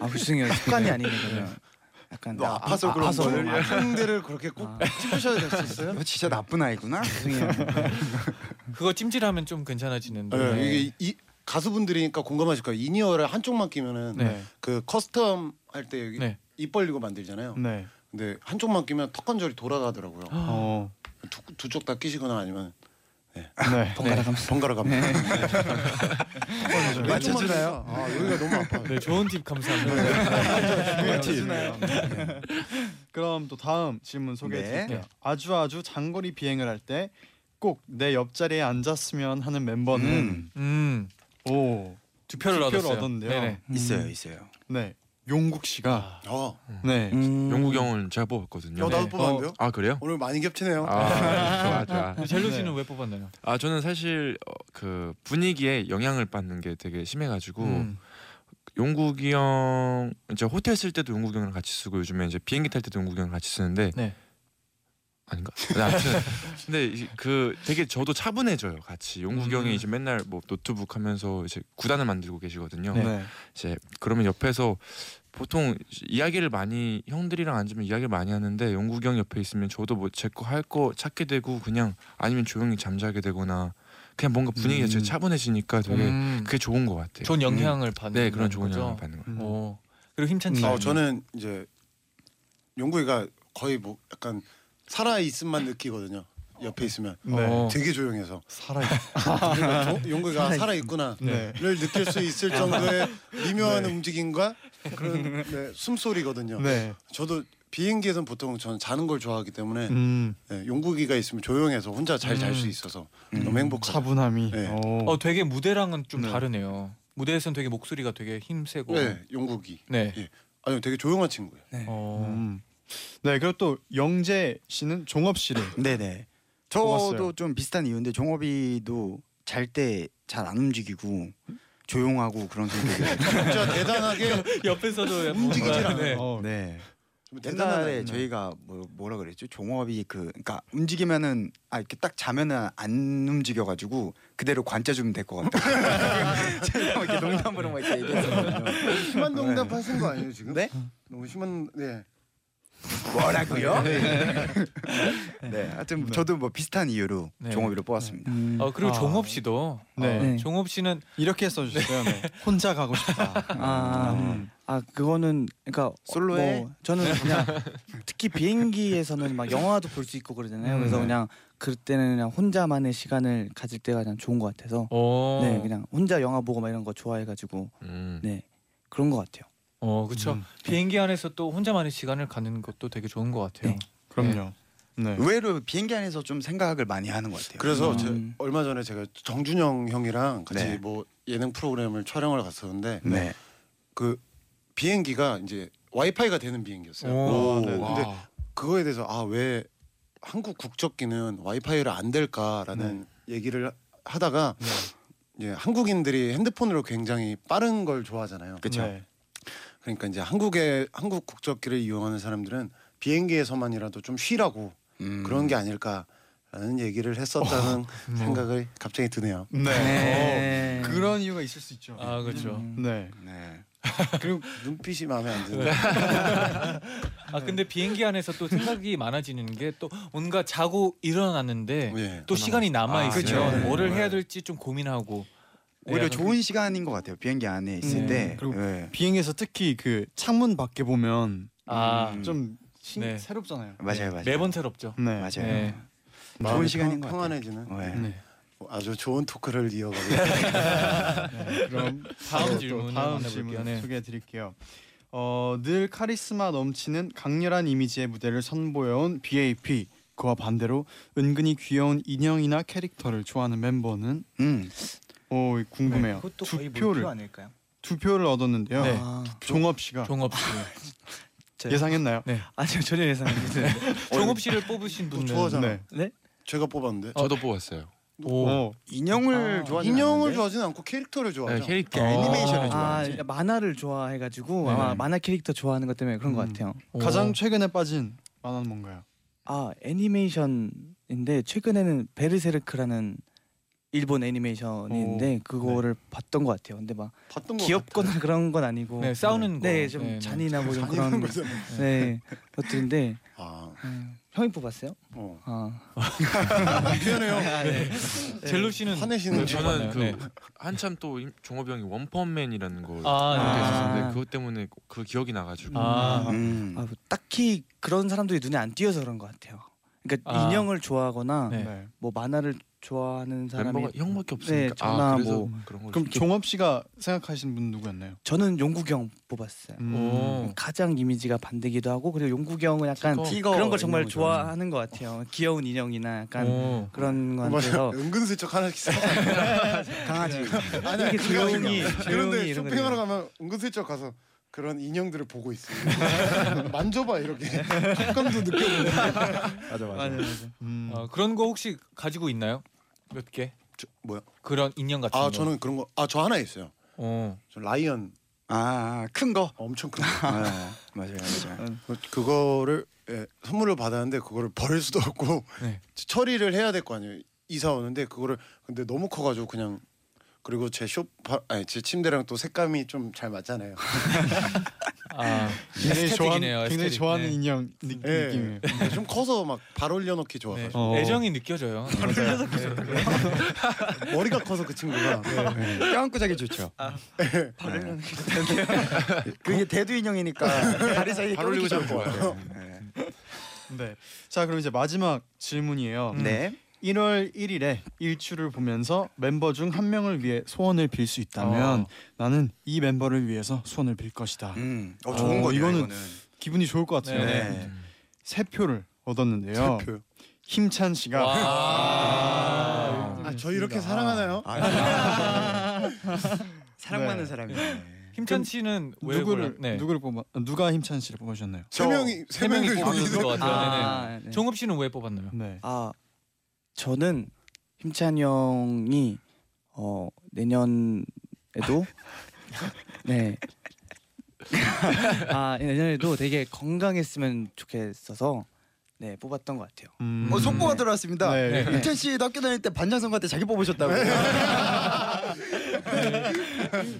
H: 아 죄송해요 습관이 아니네 그냥 약간
F: 너
H: 아,
F: 아파서 그런
H: 아파서
F: 거를
H: 그런 거.
E: 상대를 그렇게 꼭
H: 아.
E: 찝으셔야 될 수 있어요.
F: 너 진짜 나쁜 아이구나.
H: 죄송해요
C: 그거 찜질하면 좀 괜찮아지는데.
E: 네. 이게 이 가수분들이니까 공감하실 거예요. 이니어를 한쪽만 끼면은
C: 네.
E: 그 커스텀 할 때 여기
C: 네.
E: 입 벌리고 만들잖아요.
B: 네.
E: 근데 한쪽만 끼면 턱 관절이 돌아가더라고요.
B: 어.
E: 두 쪽 다 끼시거나 아니면
B: 네.
H: 번갈아 가면서
E: 번갈아 갑니다. 네.
F: 맞춰주나요?
E: 아 여기가 너무 아파.
C: 네, 좋은 팁 감사합니다.
B: 네. 그럼 또 다음 질문 소개해
F: 네.
B: 드릴게요.
C: 네.
B: 아주 아주 장거리 비행을 할 때 꼭 내 옆자리에 앉았으면 하는 멤버는
C: 음.
B: 오.
C: 두 표를
B: 투표를
C: 얻었어요.
B: 얻었는데요.
C: 네네.
F: 있어요, 있어요.
B: 네. 용국 씨가
E: 어,
B: 네.
H: 음.
G: 영국 형을 제가 뽑았거든요.
E: 야, 나도 뽑았는데요?
G: 아 그래요?
E: 네. 어. 오늘 많이 겹치네요.
G: 아 좋아 좋아.
C: 근데 젤로
B: 네.
C: 씨는 왜 뽑았나요?
G: 아 저는 사실 어, 그 분위기에 영향을 받는 게 되게 심해가지고
C: 음.
G: 용국이 형 이제 호텔 쓸 때도 용국이 형이랑 같이 쓰고 요즘에 이제 비행기 탈 때도 용국이 형이랑 같이 쓰는데
C: 네.
G: 아닌가? 네, 아무튼 근데 이- 그 되게 저도 차분해져요 같이 용국이
C: 음.
G: 형이 이제 맨날 뭐 노트북 하면서 이제 구단을 만들고 계시거든요.
B: 네.
G: 이제 그러면 옆에서 보통 이야기를 많이 형들이랑 앉으면 이야기를 많이 하는데 영국 형 옆에 있으면 저도 뭐 제 거 할 거 찾게 되고 그냥 아니면 조용히 잠자게 되거나 그냥 뭔가 분위기가
B: 음.
G: 되게 차분해지니까 되게
C: 음.
G: 그게 좋은 것 같아요.
C: 좋은 영향을 받는
G: 네 그런 좋은
C: 거죠?
G: 영향을 받는 거예요.
B: 음.
C: 오. 그리고 힘찬 씨.
E: 어, 저는 이제 용구이가 거의 뭐 약간 살아 있음만 느끼거든요. 옆에 있으면
C: 어.
E: 되게 조용해서
B: 네, 살아 있.
E: 그러니까 조- 용구가 살아 있구나를
B: 네.
E: 느낄 수 있을 정도의 미묘한 움직임과 그런 네, 숨소리거든요.
B: 네.
E: 저도 비행기에선 보통 저는 자는 걸 좋아하기 때문에
B: 음.
E: 네, 용구기가 있으면 조용해서 혼자 잘 잘 수 있어서 너무 행복하고
B: 차분함이.
E: 네.
B: 오.
C: 어 되게 무대랑은 좀
B: 네.
C: 다르네요. 무대에선 되게 목소리가 되게 힘세고.
E: 네, 용구기.
C: 네.
E: 예. 아니요, 되게 조용한 친구예요.
C: 어.
B: 음. 네 그리고 또 영재 씨는 종업 씨를
F: 네네. 저도
B: 고맙어요.
F: 좀 비슷한 이유인데 종업이도 잘 때 잘 안 움직이고 조용하고 그런 성격이에요.
E: 진짜 대단하게
C: 옆에서도
E: 움직이질
C: 뭔가,
E: 않아요.
C: 네.
B: 어,
F: 네.
E: 좀 대단한
F: 옛날에 저희가 뭐, 뭐라 그랬죠? 종업이 그 그러니까 움직이면은 아 이렇게 딱 자면은 안 움직여가지고 그대로 관자 주면 될 것 같다. 제가 막 이렇게 농담으로 막 이렇게 얘기했었거든요.
E: 심한 농담 하신 거 아니에요 지금?
F: 네?
E: 너무 심한 네.
F: 뭐라고요? 네. 하여튼 저도 뭐 비슷한 이유로
C: 네.
F: 종업이로 뽑았습니다.
C: 어 그리고
B: 아.
C: 종업 씨도.
B: 네.
C: 어,
H: 네.
C: 종업 씨는
B: 이렇게 써주셨어요. 네. 혼자 가고 싶다.
H: 아,
B: 음.
H: 아 그거는 그러니까
F: 솔로의-
H: 뭐 저는 그냥 특히 비행기에서는 막 영화도 볼 수 있고 그러잖아요.
B: 음,
H: 그래서
B: 네.
H: 그냥 그때는 그냥 혼자만의 시간을 가질 때가 그냥 좋은 것 같아서
C: 어.
H: 네 그냥 혼자 영화 보고 막 이런 거 좋아해가지고
G: 음.
H: 네 그런 것 같아요.
C: 어 그렇죠.
B: 음.
C: 비행기 안에서 또 혼자만의 시간을 갖는 것도 되게 좋은 것 같아요.
H: 네.
B: 그럼요. 네.
F: 의외로 비행기 안에서 좀 생각을 많이 하는 것 같아요.
E: 그래서
H: 음.
E: 제 얼마 전에 제가 정준영 형이랑 같이
F: 네.
E: 뭐 예능 프로그램을 촬영을 갔었는데
F: 네.
E: 그 비행기가 이제 와이파이가 되는 비행기였어요.
C: 오.
E: 네.
G: 와.
E: 근데 그거에 대해서 아 왜 한국 국적기는 와이파이를 안 될까라는 얘기를 하다가 이제 한국인들이 핸드폰으로 굉장히 빠른 걸 좋아하잖아요.
B: 네.
E: 그러니까 이제 한국의 한국 국적기를 이용하는 사람들은 비행기에서만이라도 좀 쉬라고
F: 음.
E: 그런 게 아닐까라는 얘기를 했었다는 생각이 갑자기 드네요.
B: 네.
H: 네.
B: 어, 그런 이유가 있을 수 있죠.
C: 아 그렇죠.
H: 음.
B: 네.
F: 네.
E: 그리고 눈빛이 마음에 안 드네요.
C: 아 근데 비행기 안에서 또 생각이 많아지는 게 또 뭔가 자고 일어났는데
E: 예.
C: 또 시간이 남아
G: 아,
C: 있어요.
F: 그쵸.
C: 뭐를 해야 될지 좀 고민하고 네,
F: 오히려
C: 약간
F: 좋은 시간인 것 같아요. 비행기 안에 있을
B: 음.
F: 때.
B: 그리고
F: 네.
B: 비행에서 특히 그 창문 밖에 보면
C: 아
F: 음.
B: 좀 신,
C: 네.
B: 새롭잖아요.
F: 맞아요, 맞아요.
C: 매번 새롭죠.
B: 네.
F: 맞아요.
C: 네.
F: 좋은
E: 마음이
F: 시간인 것
E: 평-
F: 같아요.
E: 평안해지는
F: 네.
B: 네.
E: 뭐 아주 좋은 토크를 이어가고 있어요.
B: 그럼
C: 네. 다음
B: 네, 또
C: 질문을
B: 다음
C: 만나볼게요.
B: 질문
C: 네.
B: 소개해 드릴게요. 어, 늘 카리스마 넘치는 강렬한 이미지의 무대를 선보여온 BAP. 그와 반대로 은근히 귀여운 인형이나 캐릭터를 좋아하는 멤버는
F: 음.
B: 오 궁금해요.
H: 네, 그것도
B: 두
H: 거의
B: 표를
H: 물표 아닐까요?
B: 두 표를 얻었는데요.
C: 네.
H: 아,
B: 종업 씨가
C: 종업 네. 씨.
B: 예상했나요?
H: 아니요 전혀 예상 못했는데.
C: 종업 씨를 뽑으신 분은
E: 좋아하잖아.
B: 네.
E: 제가 뽑았는데
G: 저도 뽑았어요.
C: 오.
B: 오.
F: 인형을
H: 아,
F: 좋아하는
E: 인형을 좋아하지는 않고 캐릭터를
G: 네,
E: 좋아하죠. 예,
G: 캐릭터.
C: 어,
F: 애니메이션을
H: 아
F: 좋아하지.
H: 만화를 좋아해가지고
B: 네.
H: 아마 만화 캐릭터 좋아하는 것 때문에 그런 것
B: 음.
H: 같아요.
C: 오.
B: 가장 최근에 빠진 만화는 뭔가요?
H: 아 애니메이션인데 최근에는 베르세르크라는 일본 애니메이션인데 그거를 봤던 것 같아요. 근데 막
E: 봤던 거
F: 뭐
H: 귀엽거나 그런 건 아니고
C: 네 싸우는 거.
H: 네, 좀
C: 네, 네.
H: 잔인하고 좀
E: 아니는
H: 그런
E: 거죠.
H: 네 것들인데
E: 아,
C: 네.
H: 음, 형이 뽑았어요?
E: 어.
H: 아
E: 미안해요.
C: 아, 네. 젤로 씨는
E: 화내시는
C: 네,
G: 저는 그
C: 네.
G: 한참 또 임- 종업이 형이 원펀맨이라는 걸
C: 아,
H: 아.
G: 했었는데 그것 때문에 그 기억이 나가지고
C: 아.
F: 음.
H: 아, 뭐 딱히 그런 사람들이 눈에 안 띄어서 그런 것 같아요. 그러니까
C: 아.
H: 인형을 좋아하거나
C: 네.
H: 뭐 만화를 좋아하는 사람이
G: 멤버가 형밖에 없으니까
H: 저나
G: 아 그래서
H: 뭐-
G: 그런 걸
B: 그럼 종업 씨가 생각하신 분 누구였나요? 음.
H: 저는 용구경 뽑았어요.
C: 음. 오.
H: 가장 이미지가 반대기도 하고 그리고 용구경은 약간
C: 티거.
H: 그런 걸 정말
F: 인형을
H: 좋아하는 것 같아요. 귀여운 인형이나 약간
C: 오.
H: 그런
E: 맞아요.
H: 거에서
E: 뭐
H: 네.
E: 은근슬쩍 하나씩 사.
F: 어. 강아지.
E: 아니
H: 이렇게
E: 그게 아니라.
H: 조용히, 조용히
E: 그런데
H: 이런
E: 쇼핑하러
H: 거죠.
E: 가면 은근슬쩍 가서 그런 인형들을 보고 있어요. 만져봐 이렇게 촉감도 느껴보고.
F: 맞아 맞아.
B: 음.
C: 어, 그런 거 혹시 가지고 있나요? 몇 개?
E: 저, 뭐야?
C: 그런 인형 같은 거.
E: 아 저는 그런 거. 아 저 하나 있어요.
C: 어.
E: 저 라이언
F: 아, 큰 거.
E: 엄청 큰. 거. 네.
F: 아, 맞아요, 맞아요.
E: 그- 그거를 예, 선물을 받았는데 그거를 버릴 수도 없고
C: 네.
E: 처리를 해야 될 거 아니에요. 이사 오는데 그거를 근데 너무 커가지고 그냥 그리고 제 쇼파 아니 제 침대랑 또 색감이 좀 잘 맞잖아요.
C: 아
B: 굉장히 좋아하는
C: 에스테틱이네요,
B: 굉장히
C: 에스테틱.
B: 좋아하는
C: 네.
B: 인형 느,
E: 예.
B: 느낌이에요.
E: 근데 좀 커서 막 발
C: 네.
E: 올려놓기 좋아가지고
B: 어.
C: 애정이 느껴져요.
E: 머리가 커서 그 친구가
F: 네. 껴안고 자기 좋죠. 발을 그게 대두 인형이니까 다리 사이에
G: 발 올리고
F: 껴안기 좋을 것
G: 자는
F: 같아요. 네.
B: 네. 자 그럼 이제 마지막 질문이에요.
F: 네.
B: 1월 1일에 일출을 보면서 멤버 중 한 명을 위해 소원을 빌 수 있다면
C: 어.
B: 나는 이 멤버를 위해서 소원을 빌 것이다.
F: 음. 어
B: 어,
F: 좋은 거네요.
B: 이거는-
F: 이거는.
B: 기분이 좋을 것 같아요.
C: 네.
F: 네.
B: 세 표를 얻었는데요.
E: 대표.
B: 힘찬 씨가
C: 와.
E: 아, 저 이렇게 사랑하나요?
F: 아. 네. 사랑받는
B: 네.
F: 사람이네.
C: 힘찬 씨는 왜
B: 누구를
C: 골라- 네.
B: 누구를 뽑아 누가 힘찬 씨를 뽑으셨나요?
E: 세 명이 세
C: 세 명이
E: 명이
C: 뽑으신 것 같아요. 네네.
H: 네.
C: 종업 씨는 왜 뽑았나요?
B: 네.
H: 아 저는 힘찬 형이 어 내년에도 네. 아 내년에도 되게 건강했으면 좋겠어서 네 뽑았던 것 같아요.
B: 음.
F: 어 속보가 들어왔습니다.
B: 네.
C: 네.
F: 임찬 씨도 학교 다닐 때 반장 선거 때 자기 뽑으셨다고.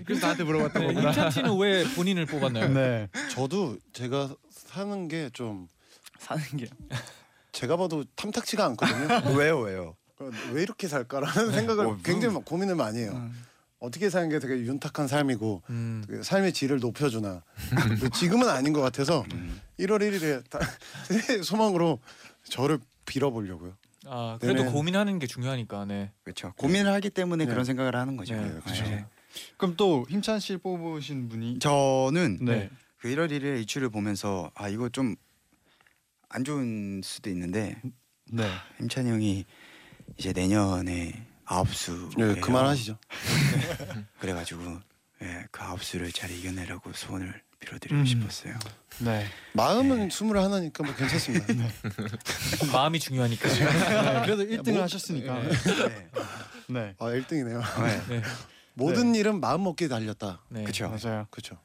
B: 그래서 나한테 물어봤던
C: 네, 임찬 씨는 왜 본인을 뽑았나요?
B: 네.
E: 저도 제가 사는 게 좀
H: 사는 게
E: 제가 봐도 탐탁치가 않거든요. 네. 음.
F: 왜요 왜요?
E: 어, 왜 이렇게 살까라는 생각을
F: 어,
E: 굉장히 막 고민을 많이 해요. 어떻게 사는 게 되게 윤탁한 삶이고
C: 음.
E: 되게 삶의 질을 높여주나 근데 지금은 아닌 것 같아서 1월 1일에 다, 소망으로 저를 빌어보려고요.
C: 아 그래도
E: 네네.
C: 고민하는 게 중요하니까 네.
F: 그렇죠. 고민을 하기 때문에
E: 네.
F: 그런 생각을 하는 거죠.
C: 네,
E: 그렇죠.
B: 그럼 또 힘찬 씨 뽑으신 분이
F: 저는
B: 네.
F: 그 1월 1일 일출을 보면서 아 이거 좀 안 좋은 수도 있는데
B: 네.
F: 임찬 형이 이제 내년에 아홉 수
E: 네, 그만하시죠.
F: 그래가지고 예, 그 아홉 수를 잘 이겨내라고 소원을 빌어드리고
B: 음.
F: 싶었어요.
B: 네.
E: 마음은 21이니까 뭐 괜찮습니다.
C: 그럼 마음이 중요하니까.
B: 네, 그래도 1등을
E: 뭐-
B: 하셨으니까.
F: 네.
B: 네.
E: 아 1등이네요.
F: 네.
C: 네.
E: 모든 일은 마음 먹기에 달렸다.
C: 네.
F: 그렇죠.
B: 맞아요.
E: 그렇죠.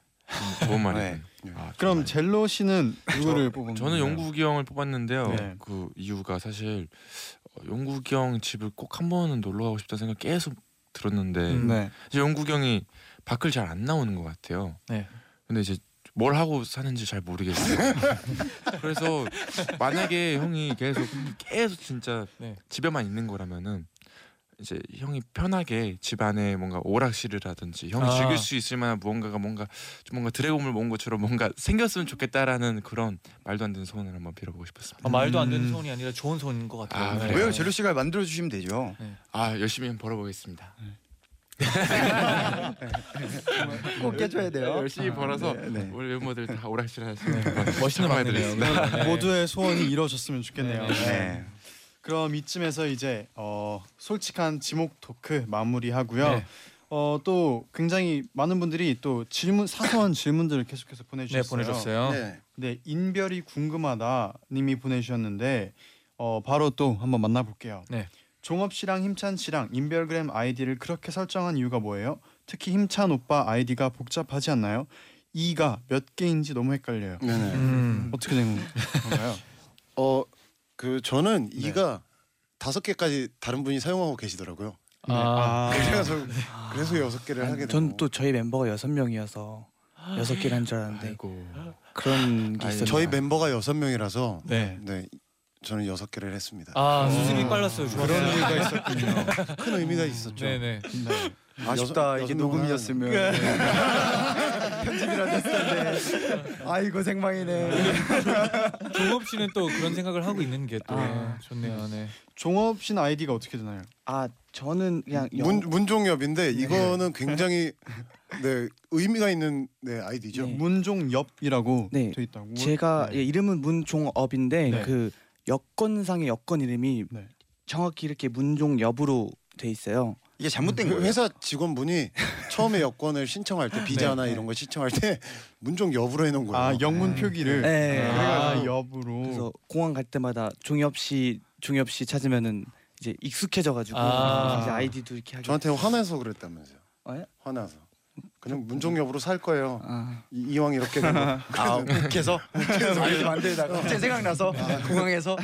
G: 좋은 말이에요.
F: 네.
G: 아,
B: 그럼
G: 정말.
B: 젤로 씨는 누구를 뽑은
C: 네.
G: 저는
B: 건가요?
G: 영국이 형을 뽑았는데요.
B: 네.
G: 그 이유가 사실 어, 영국이 형 집을 꼭 한 번은 놀러 가고 싶다는 생각 계속 들었는데
C: 음.
B: 네.
G: 이제 영국이 형이 밖을 잘 안 나오는 것 같아요.
C: 네.
G: 근데 이제 뭘 하고 사는지 잘 모르겠어요. 그래서 만약에 형이 계속 계속 진짜
C: 네.
G: 집에만 있는 거라면은 이제 형이 편하게 집 안에 뭔가 오락실을 하든지 형이
C: 아.
G: 즐길 수 있을 만한 무언가가 뭔가 좀 뭔가 드래곤을 모은 것처럼 뭔가 생겼으면 좋겠다라는 그런 말도 안 되는 소원을 한번 빌어보고 싶었습니다.
C: 아, 말도 안 되는
B: 음.
C: 소원이 아니라 좋은 소원인 것 같아요.
G: 아,
C: 네.
G: 그래요?
F: 왜요? 제로 씨가 만들어 주시면 되죠.
G: 아 열심히 한번 벌어보겠습니다.
F: 꼭 깨줘야 돼요.
G: 열심히 벌어서
F: 네, 네.
G: 우리 멤버들 다 오락실 하시면
C: 네. 멋있는
G: 참
C: 말이네요. 네.
B: 모두의 소원이 이루어졌으면 좋겠네요.
C: 네.
F: 네.
B: 그럼 이쯤에서 이제 어, 솔직한 지목 토크 마무리하고요.
C: 네.
B: 어, 또 굉장히 많은 분들이 또 질문 사소한 질문들을 계속해서
C: 네
B: 보내주셨어요.
C: 보내줬어요.
E: 네.
B: 네, 인별이 궁금하다 님이 보내주셨는데 어, 바로 또 한번 만나볼게요.
C: 네.
B: 종업 씨랑 힘찬 씨랑 인별그램 아이디를 그렇게 설정한 이유가 뭐예요? 특히 힘찬 오빠 아이디가 복잡하지 않나요? 이가 몇 개인지 너무 헷갈려요.
E: 네네.
C: 음.
B: 어떻게 된 건가요?
E: 어 그 저는
H: 네.
E: 이가 다섯 개까지 다른 분이 사용하고 계시더라고요.
B: 네.
C: 아,
E: 그래서 그래서 여섯 개를 하게 되고.
H: 아. 전또 저희 멤버가 여섯 명이어서 여섯 개를 한 줄 알았는데
G: 아이고
H: 그런 게
G: 아니,
H: 있었네요.
E: 저희 멤버가 여섯 명이라서
C: 네.
E: 네 저는 여섯 개를 했습니다.
C: 아 수습이 빨랐어요.
B: 그런
C: 좋았어요.
B: 이유가 있었군요.
E: 큰 의미가 있었죠.
C: 네네.
B: 네.
F: 아쉽다
E: 여섯-
F: 이게
E: 여섯 명을
F: 녹음이었으면 편집이라도 했을 텐데 아이고 생망이네
C: 종업 씨는 또 그런 생각을 하고 있는 게 또
H: 아.
C: 좋네요. 네.
B: 종업 씨는 아이디가 어떻게 되나요?
H: 아 저는 그냥 영... 네.
E: 문 문종엽인데 이거는 굉장히 네 의미가 있는 네 아이디죠.
F: 음.
H: 네.
B: 문종엽이라고
H: 네.
B: 돼 있다고.
H: 제가
B: 네.
H: 예, 이름은 문종업인데
B: 네.
H: 그 여권상의 여권 이름이
B: 네.
H: 정확히 이렇게 문종엽으로 돼 있어요.
F: 이게 잘못된
E: 그
F: 거예요
E: 회사 직원분이 처음에 여권을 신청할 때 비자나
H: 네.
E: 이런 거 신청할 때 문종 여부로 해놓은 거예요.
B: 아 영문 표기를
H: 네.
B: 아,
C: 그래가지고-
B: 엽으로.
H: 그래서 공항 갈 때마다 종엽 씨 종엽 씨 찾으면은 이제 익숙해져가지고
C: 아.
H: 이제 아이디도 이렇게 하게.
E: 저한테 화내서 그랬다면서요.
H: 어, 예?
E: 화나서 그냥 문종 여부로 살 거예요.
H: 아.
E: 이, 이왕 이렇게 된 거.
F: 아 욱해서 아이디 만들다가 갑자기 생각나서 공항에서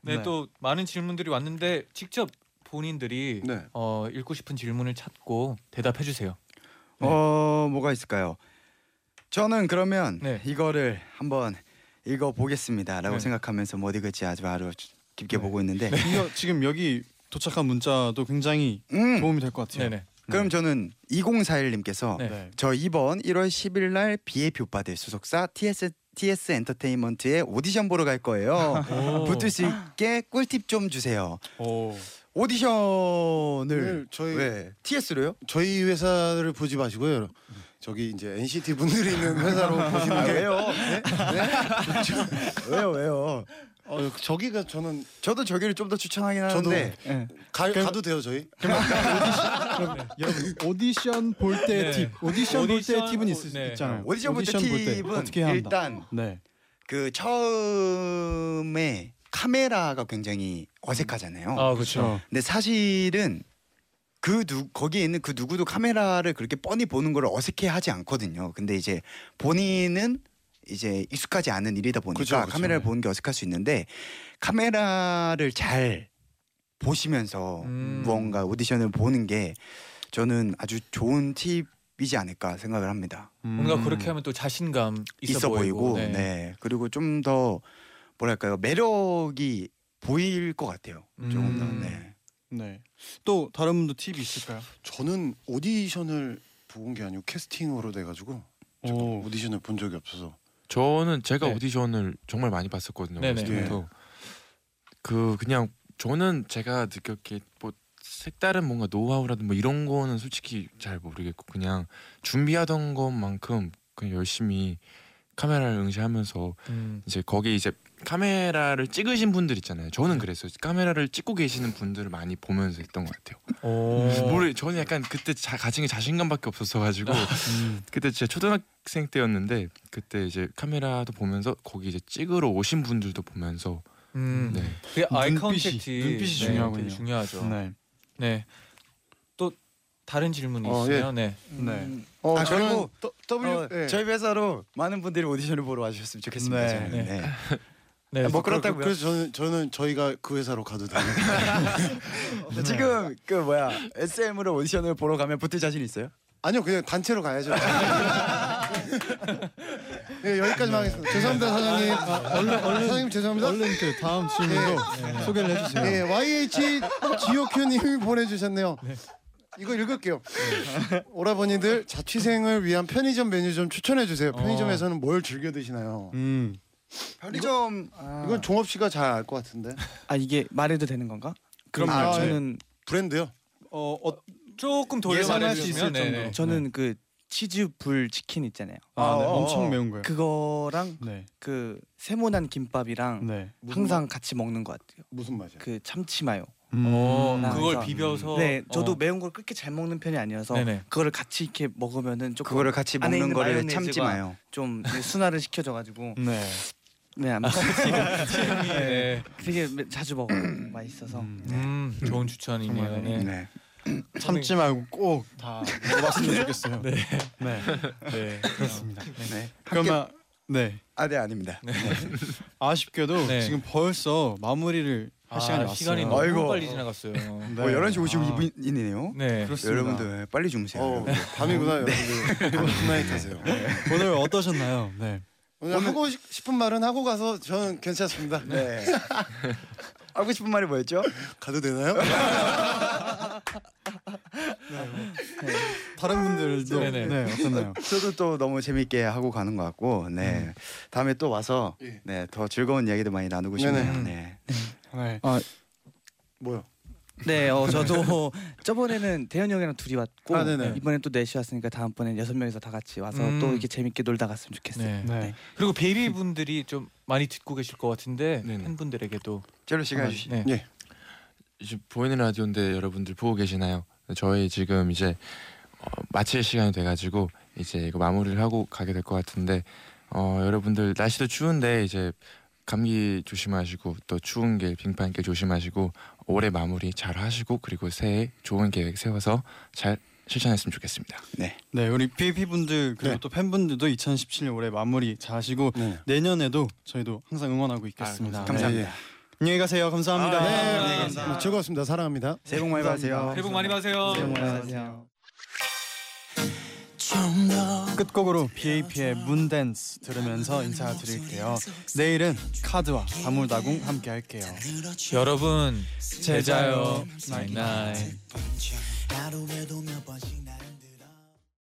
C: 네,
B: 네.
C: 또 많은 질문들이 왔는데 직접 본인들이
E: 네.
C: 어, 읽고 싶은 질문을 찾고 대답해 주세요.
F: 어 뭐가 있을까요 저는 그러면
C: 네.
F: 이거를 한번 읽어보겠습니다라고
C: 네.
F: 생각하면서 못 읽을지 아주 바로 깊게 보고 있는데
B: 이거 지금 여기 도착한 문자도 굉장히
F: 음
B: 도움이 될 것 같아요.
C: 네네.
F: 그럼 저는 2041님께서
C: 네.
B: 네.
F: 저 이번 1월 10일 날 BAP 오빠들 소속사 TS TS 엔터테인먼트의 오디션 보러 갈 거예요. 부트 씨께 꿀팁 좀 주세요.
C: 오.
F: 오디션을
E: 오늘 저희-
F: 왜 TS로요?
E: 저희 회사를 보지 마시고요. 여러분. 저기 이제 NCT 분들이 있는 회사로 보시는 게 네?
F: 아, 왜요 왜요?
E: 어, 저기가 저는
F: 저도 저기를 좀 더 추천하긴
E: 저도
F: 하는데
B: 예.
E: 가, 가도 돼요 저희?
B: 그럼 여러분 오디션 볼 때의
C: 네.
B: 팁, 오디션 볼 때의
C: 오디션
B: 팁은
C: 오-
B: 있을 수
C: 네.
B: 있잖아요.
F: 오디션 볼 때 팁은
B: 어떻게 해야 한다.
F: 일단
B: 네,
F: 그 처음에 카메라가 굉장히 어색하잖아요.
C: 아 그렇죠.
B: 그렇죠.
F: 근데 사실은 그 누, 거기에 있는 그 누구도 카메라를 그렇게 뻔히 보는 걸 어색해하지 않거든요. 근데 이제 본인은 이제 익숙하지 않은 일이다 보니까
E: 그쵸, 그쵸.
F: 카메라를 보는 게 어색할 수 있는데 카메라를 잘 보시면서
C: 음.
F: 무언가 오디션을 보는 게 저는 아주 좋은 팁이지 않을까 생각을 합니다.
C: 뭔가
B: 음.
C: 그렇게 하면 또 자신감 있어,
F: 있어, 보이고, 네. 그리고 좀 더 뭐랄까요 매력이 보일 것 같아요. 조금 더
C: 음.
F: 네.
B: 네. 또 다른 분도 팁이 있을까요?
E: 저는 오디션을 본 게 아니고 캐스팅으로 돼가지고 제가
B: 오.
E: 오디션을 본 적이 없어서
G: 저는 제가
C: 네.
G: 오디션을 정말 많이 봤었거든요.
C: 네네.
G: 어렸을 때부터. 그 그냥 저는 제가 느꼈기에 뭐 색다른 뭔가 노하우라든 뭐 이런 거는 솔직히 잘 모르겠고 그냥 준비하던 것만큼 그냥 열심히 카메라를 응시하면서
C: 음.
G: 이제 거기 이제 카메라를 찍으신 분들 있잖아요.
C: 네.
G: 저는 그랬어요. 카메라를 찍고 계시는 분들을 많이 보면서 했던 것 같아요.
B: 어.
C: 오.
G: 모르 저는 약간 그때 자, 가진 게 자신감밖에 없었어가지고
B: 음.
G: 그때 제가 초등학생 때였는데 그때 이제 카메라도 보면서 거기 이제 찍으러 오신 분들도 보면서
C: 음.
G: 네.
C: 그게 아이
B: 눈빛이-
C: 컨택트
B: 눈빛이
C: 네,
B: 중요하군요.
C: 되게 중요하죠.
F: 음.
C: 네.
B: 네,
C: 또 다른 질문이
E: 어,
C: 있으면 네.
B: 네.
E: 어,
F: 아,
E: 저는
F: 그리고
E: 더- W
F: 어,
E: 예.
F: 저희 회사로 많은 분들이 오디션을 보러 와주셨으면 좋겠습니다.
B: 네.
F: 저는.
C: 네.
F: 네.
C: 네.
F: 뭐
E: 그러-
F: 그렇다고요?
E: 그래서 저는 저는 저희가 그 회사로 가도 돼요.
F: 지금 그 뭐야 SM으로 오디션을 보러 가면 붙을 자신 있어요?
E: 아니요 그냥 단체로 가야죠. 네 여기까지만 하겠습니다. 죄송합니다
B: 아,
E: 사장님. 얼른 얼른 사장님 죄송합니다. 예.
B: 얼른 그 다음 질문으로 소개를 해주세요.
E: 네, YH 지오큐님이 보내주셨네요. 이거 읽을게요. 오라버니들 자취생을 위한 편의점 메뉴 좀 추천해 주세요.
B: 어.
E: 편의점에서는 뭘 즐겨 드시나요?
B: 음.
F: 편의점
E: 이건 종업 씨가 잘 알 것 같은데
H: 아 이게 말해도 되는 건가?
E: 그럼요.
H: 아,
E: 아,
H: 저는
E: 브랜드요.
C: 어, 어 조금 돌려
B: 예상할
C: 말해
B: 수
C: 주시면
B: 있을
C: 네.
H: 저는 그 치즈 불 치킨 있잖아요.
B: 아, 네.
F: 어, 어, 어.
B: 엄청 매운 거예요.
H: 그거랑
B: 네,
H: 그 세모난
F: 음.
H: 김밥이랑
B: 네.
H: 항상 같이 먹는 것 같아요.
E: 무슨 맛이야?
H: 그 참치 마요.
C: 어,
H: 음.
C: 그걸
H: 음.
C: 비벼서
H: 네, 저도
C: 어.
H: 매운 걸 그렇게 잘 먹는 편이 아니어서
C: 네네.
H: 그거를 같이 이렇게 먹으면은 조금
F: 그거를 같이 먹는
H: 안에 있는
F: 거를
H: 마요네즈가
F: 참지 마요.
H: 좀 이제 순화를 시켜줘가지고
B: 네.
H: 네, 아무튼
C: 네.
H: 되게 매- 자주 먹어 요 맛있어서
B: 음.
C: 음, 좋은 추천이네요.
H: 정말,
C: 네.
F: 네.
B: 참지 말고 꼭 다 먹어봤으면 좋겠어요. 네, 네,
C: 네.
B: 그렇습니다.
F: 네.
B: 그러면 네
F: 아네 아닙니다. 뭐
B: 아쉽게도
C: 네.
B: 지금 벌써 마무리를 할
C: 아,
B: 시간이 왔어요.
C: 시간이 너무
F: 아이고.
C: 빨리 지나갔어요.
B: 네.
F: 어, 11시
B: 아,
F: 52분이네요.
C: 네.
B: 그렇습니다.
F: 여러분들 빨리 주무세요.
E: 어,
F: 여러분.
E: 밤이구나 여러분들. 굿나잇 하세요.
B: 네. 오늘 어떠셨나요? 네.
E: 오늘 하고 시- 싶은 말은 하고 가서 저는 괜찮습니다.
F: 네. 하고 싶은 말이 뭐였죠?
E: 가도 되나요?
B: 네, 뭐, 네. 다른 분들도
C: 네네.
B: 네 어떠나요?
F: 저도 또 너무 재밌게 하고 가는 것 같고, 네 다음에 또 와서
E: 예.
F: 네 더 즐거운 이야기도 많이 나누고
E: 네네.
F: 싶네요. 네.
B: 네.
E: 뭐요?
H: 네, 어, 저도 저번에는 대현 형이랑 둘이 왔고
E: 아, 네네.
H: 이번엔 또 넷이 왔으니까 다음번엔 여섯 명이서 다 같이 와서
C: 음.
H: 또 이렇게 재밌게 놀다 갔으면 좋겠어요.
C: 네.
B: 네.
C: 그리고 베이비 분들이 좀 많이 듣고 계실 것 같은데
G: 네네.
C: 팬분들에게도
F: 절로 시간 주시.
C: 네.
G: 이제 보이는 라디오인데 여러분들 보고 계시나요? 저희 지금 이제 어, 마칠 시간이 돼가지고 이제 이거 마무리를 하고 가게 될 것 같은데 어, 여러분들 날씨도 추운데 이제 감기 조심하시고 또 추운 게 빙판 게 조심하시고 올해 마무리 잘 하시고 그리고 새해 좋은 계획 세워서 잘 실천했으면 좋겠습니다.
B: 네 우리 PAP 분들 그리고
E: 네.
B: 또 팬분들도 2017년 올해 마무리 잘하시고
E: 네.
B: 내년에도 저희도 항상 응원하고 있겠습니다.
G: 아,
F: 감사합니다.
E: 네,
B: 네. 안녕히 가세요. 감사합니다.
E: 네, 감사합니다. 즐거웠습니다. 사랑합니다.
F: 새해 복 많이 받으세요.
C: 아, 새해 복 많이 받으세요.
H: 안녕하세요.
B: 끝곡으로 BAP의 문댄스 들으면서 인사드릴게요. 내일은 카드와 다물다궁 함께 할게요.
C: 여러분 제자요 나잇나잇
D: 하루에도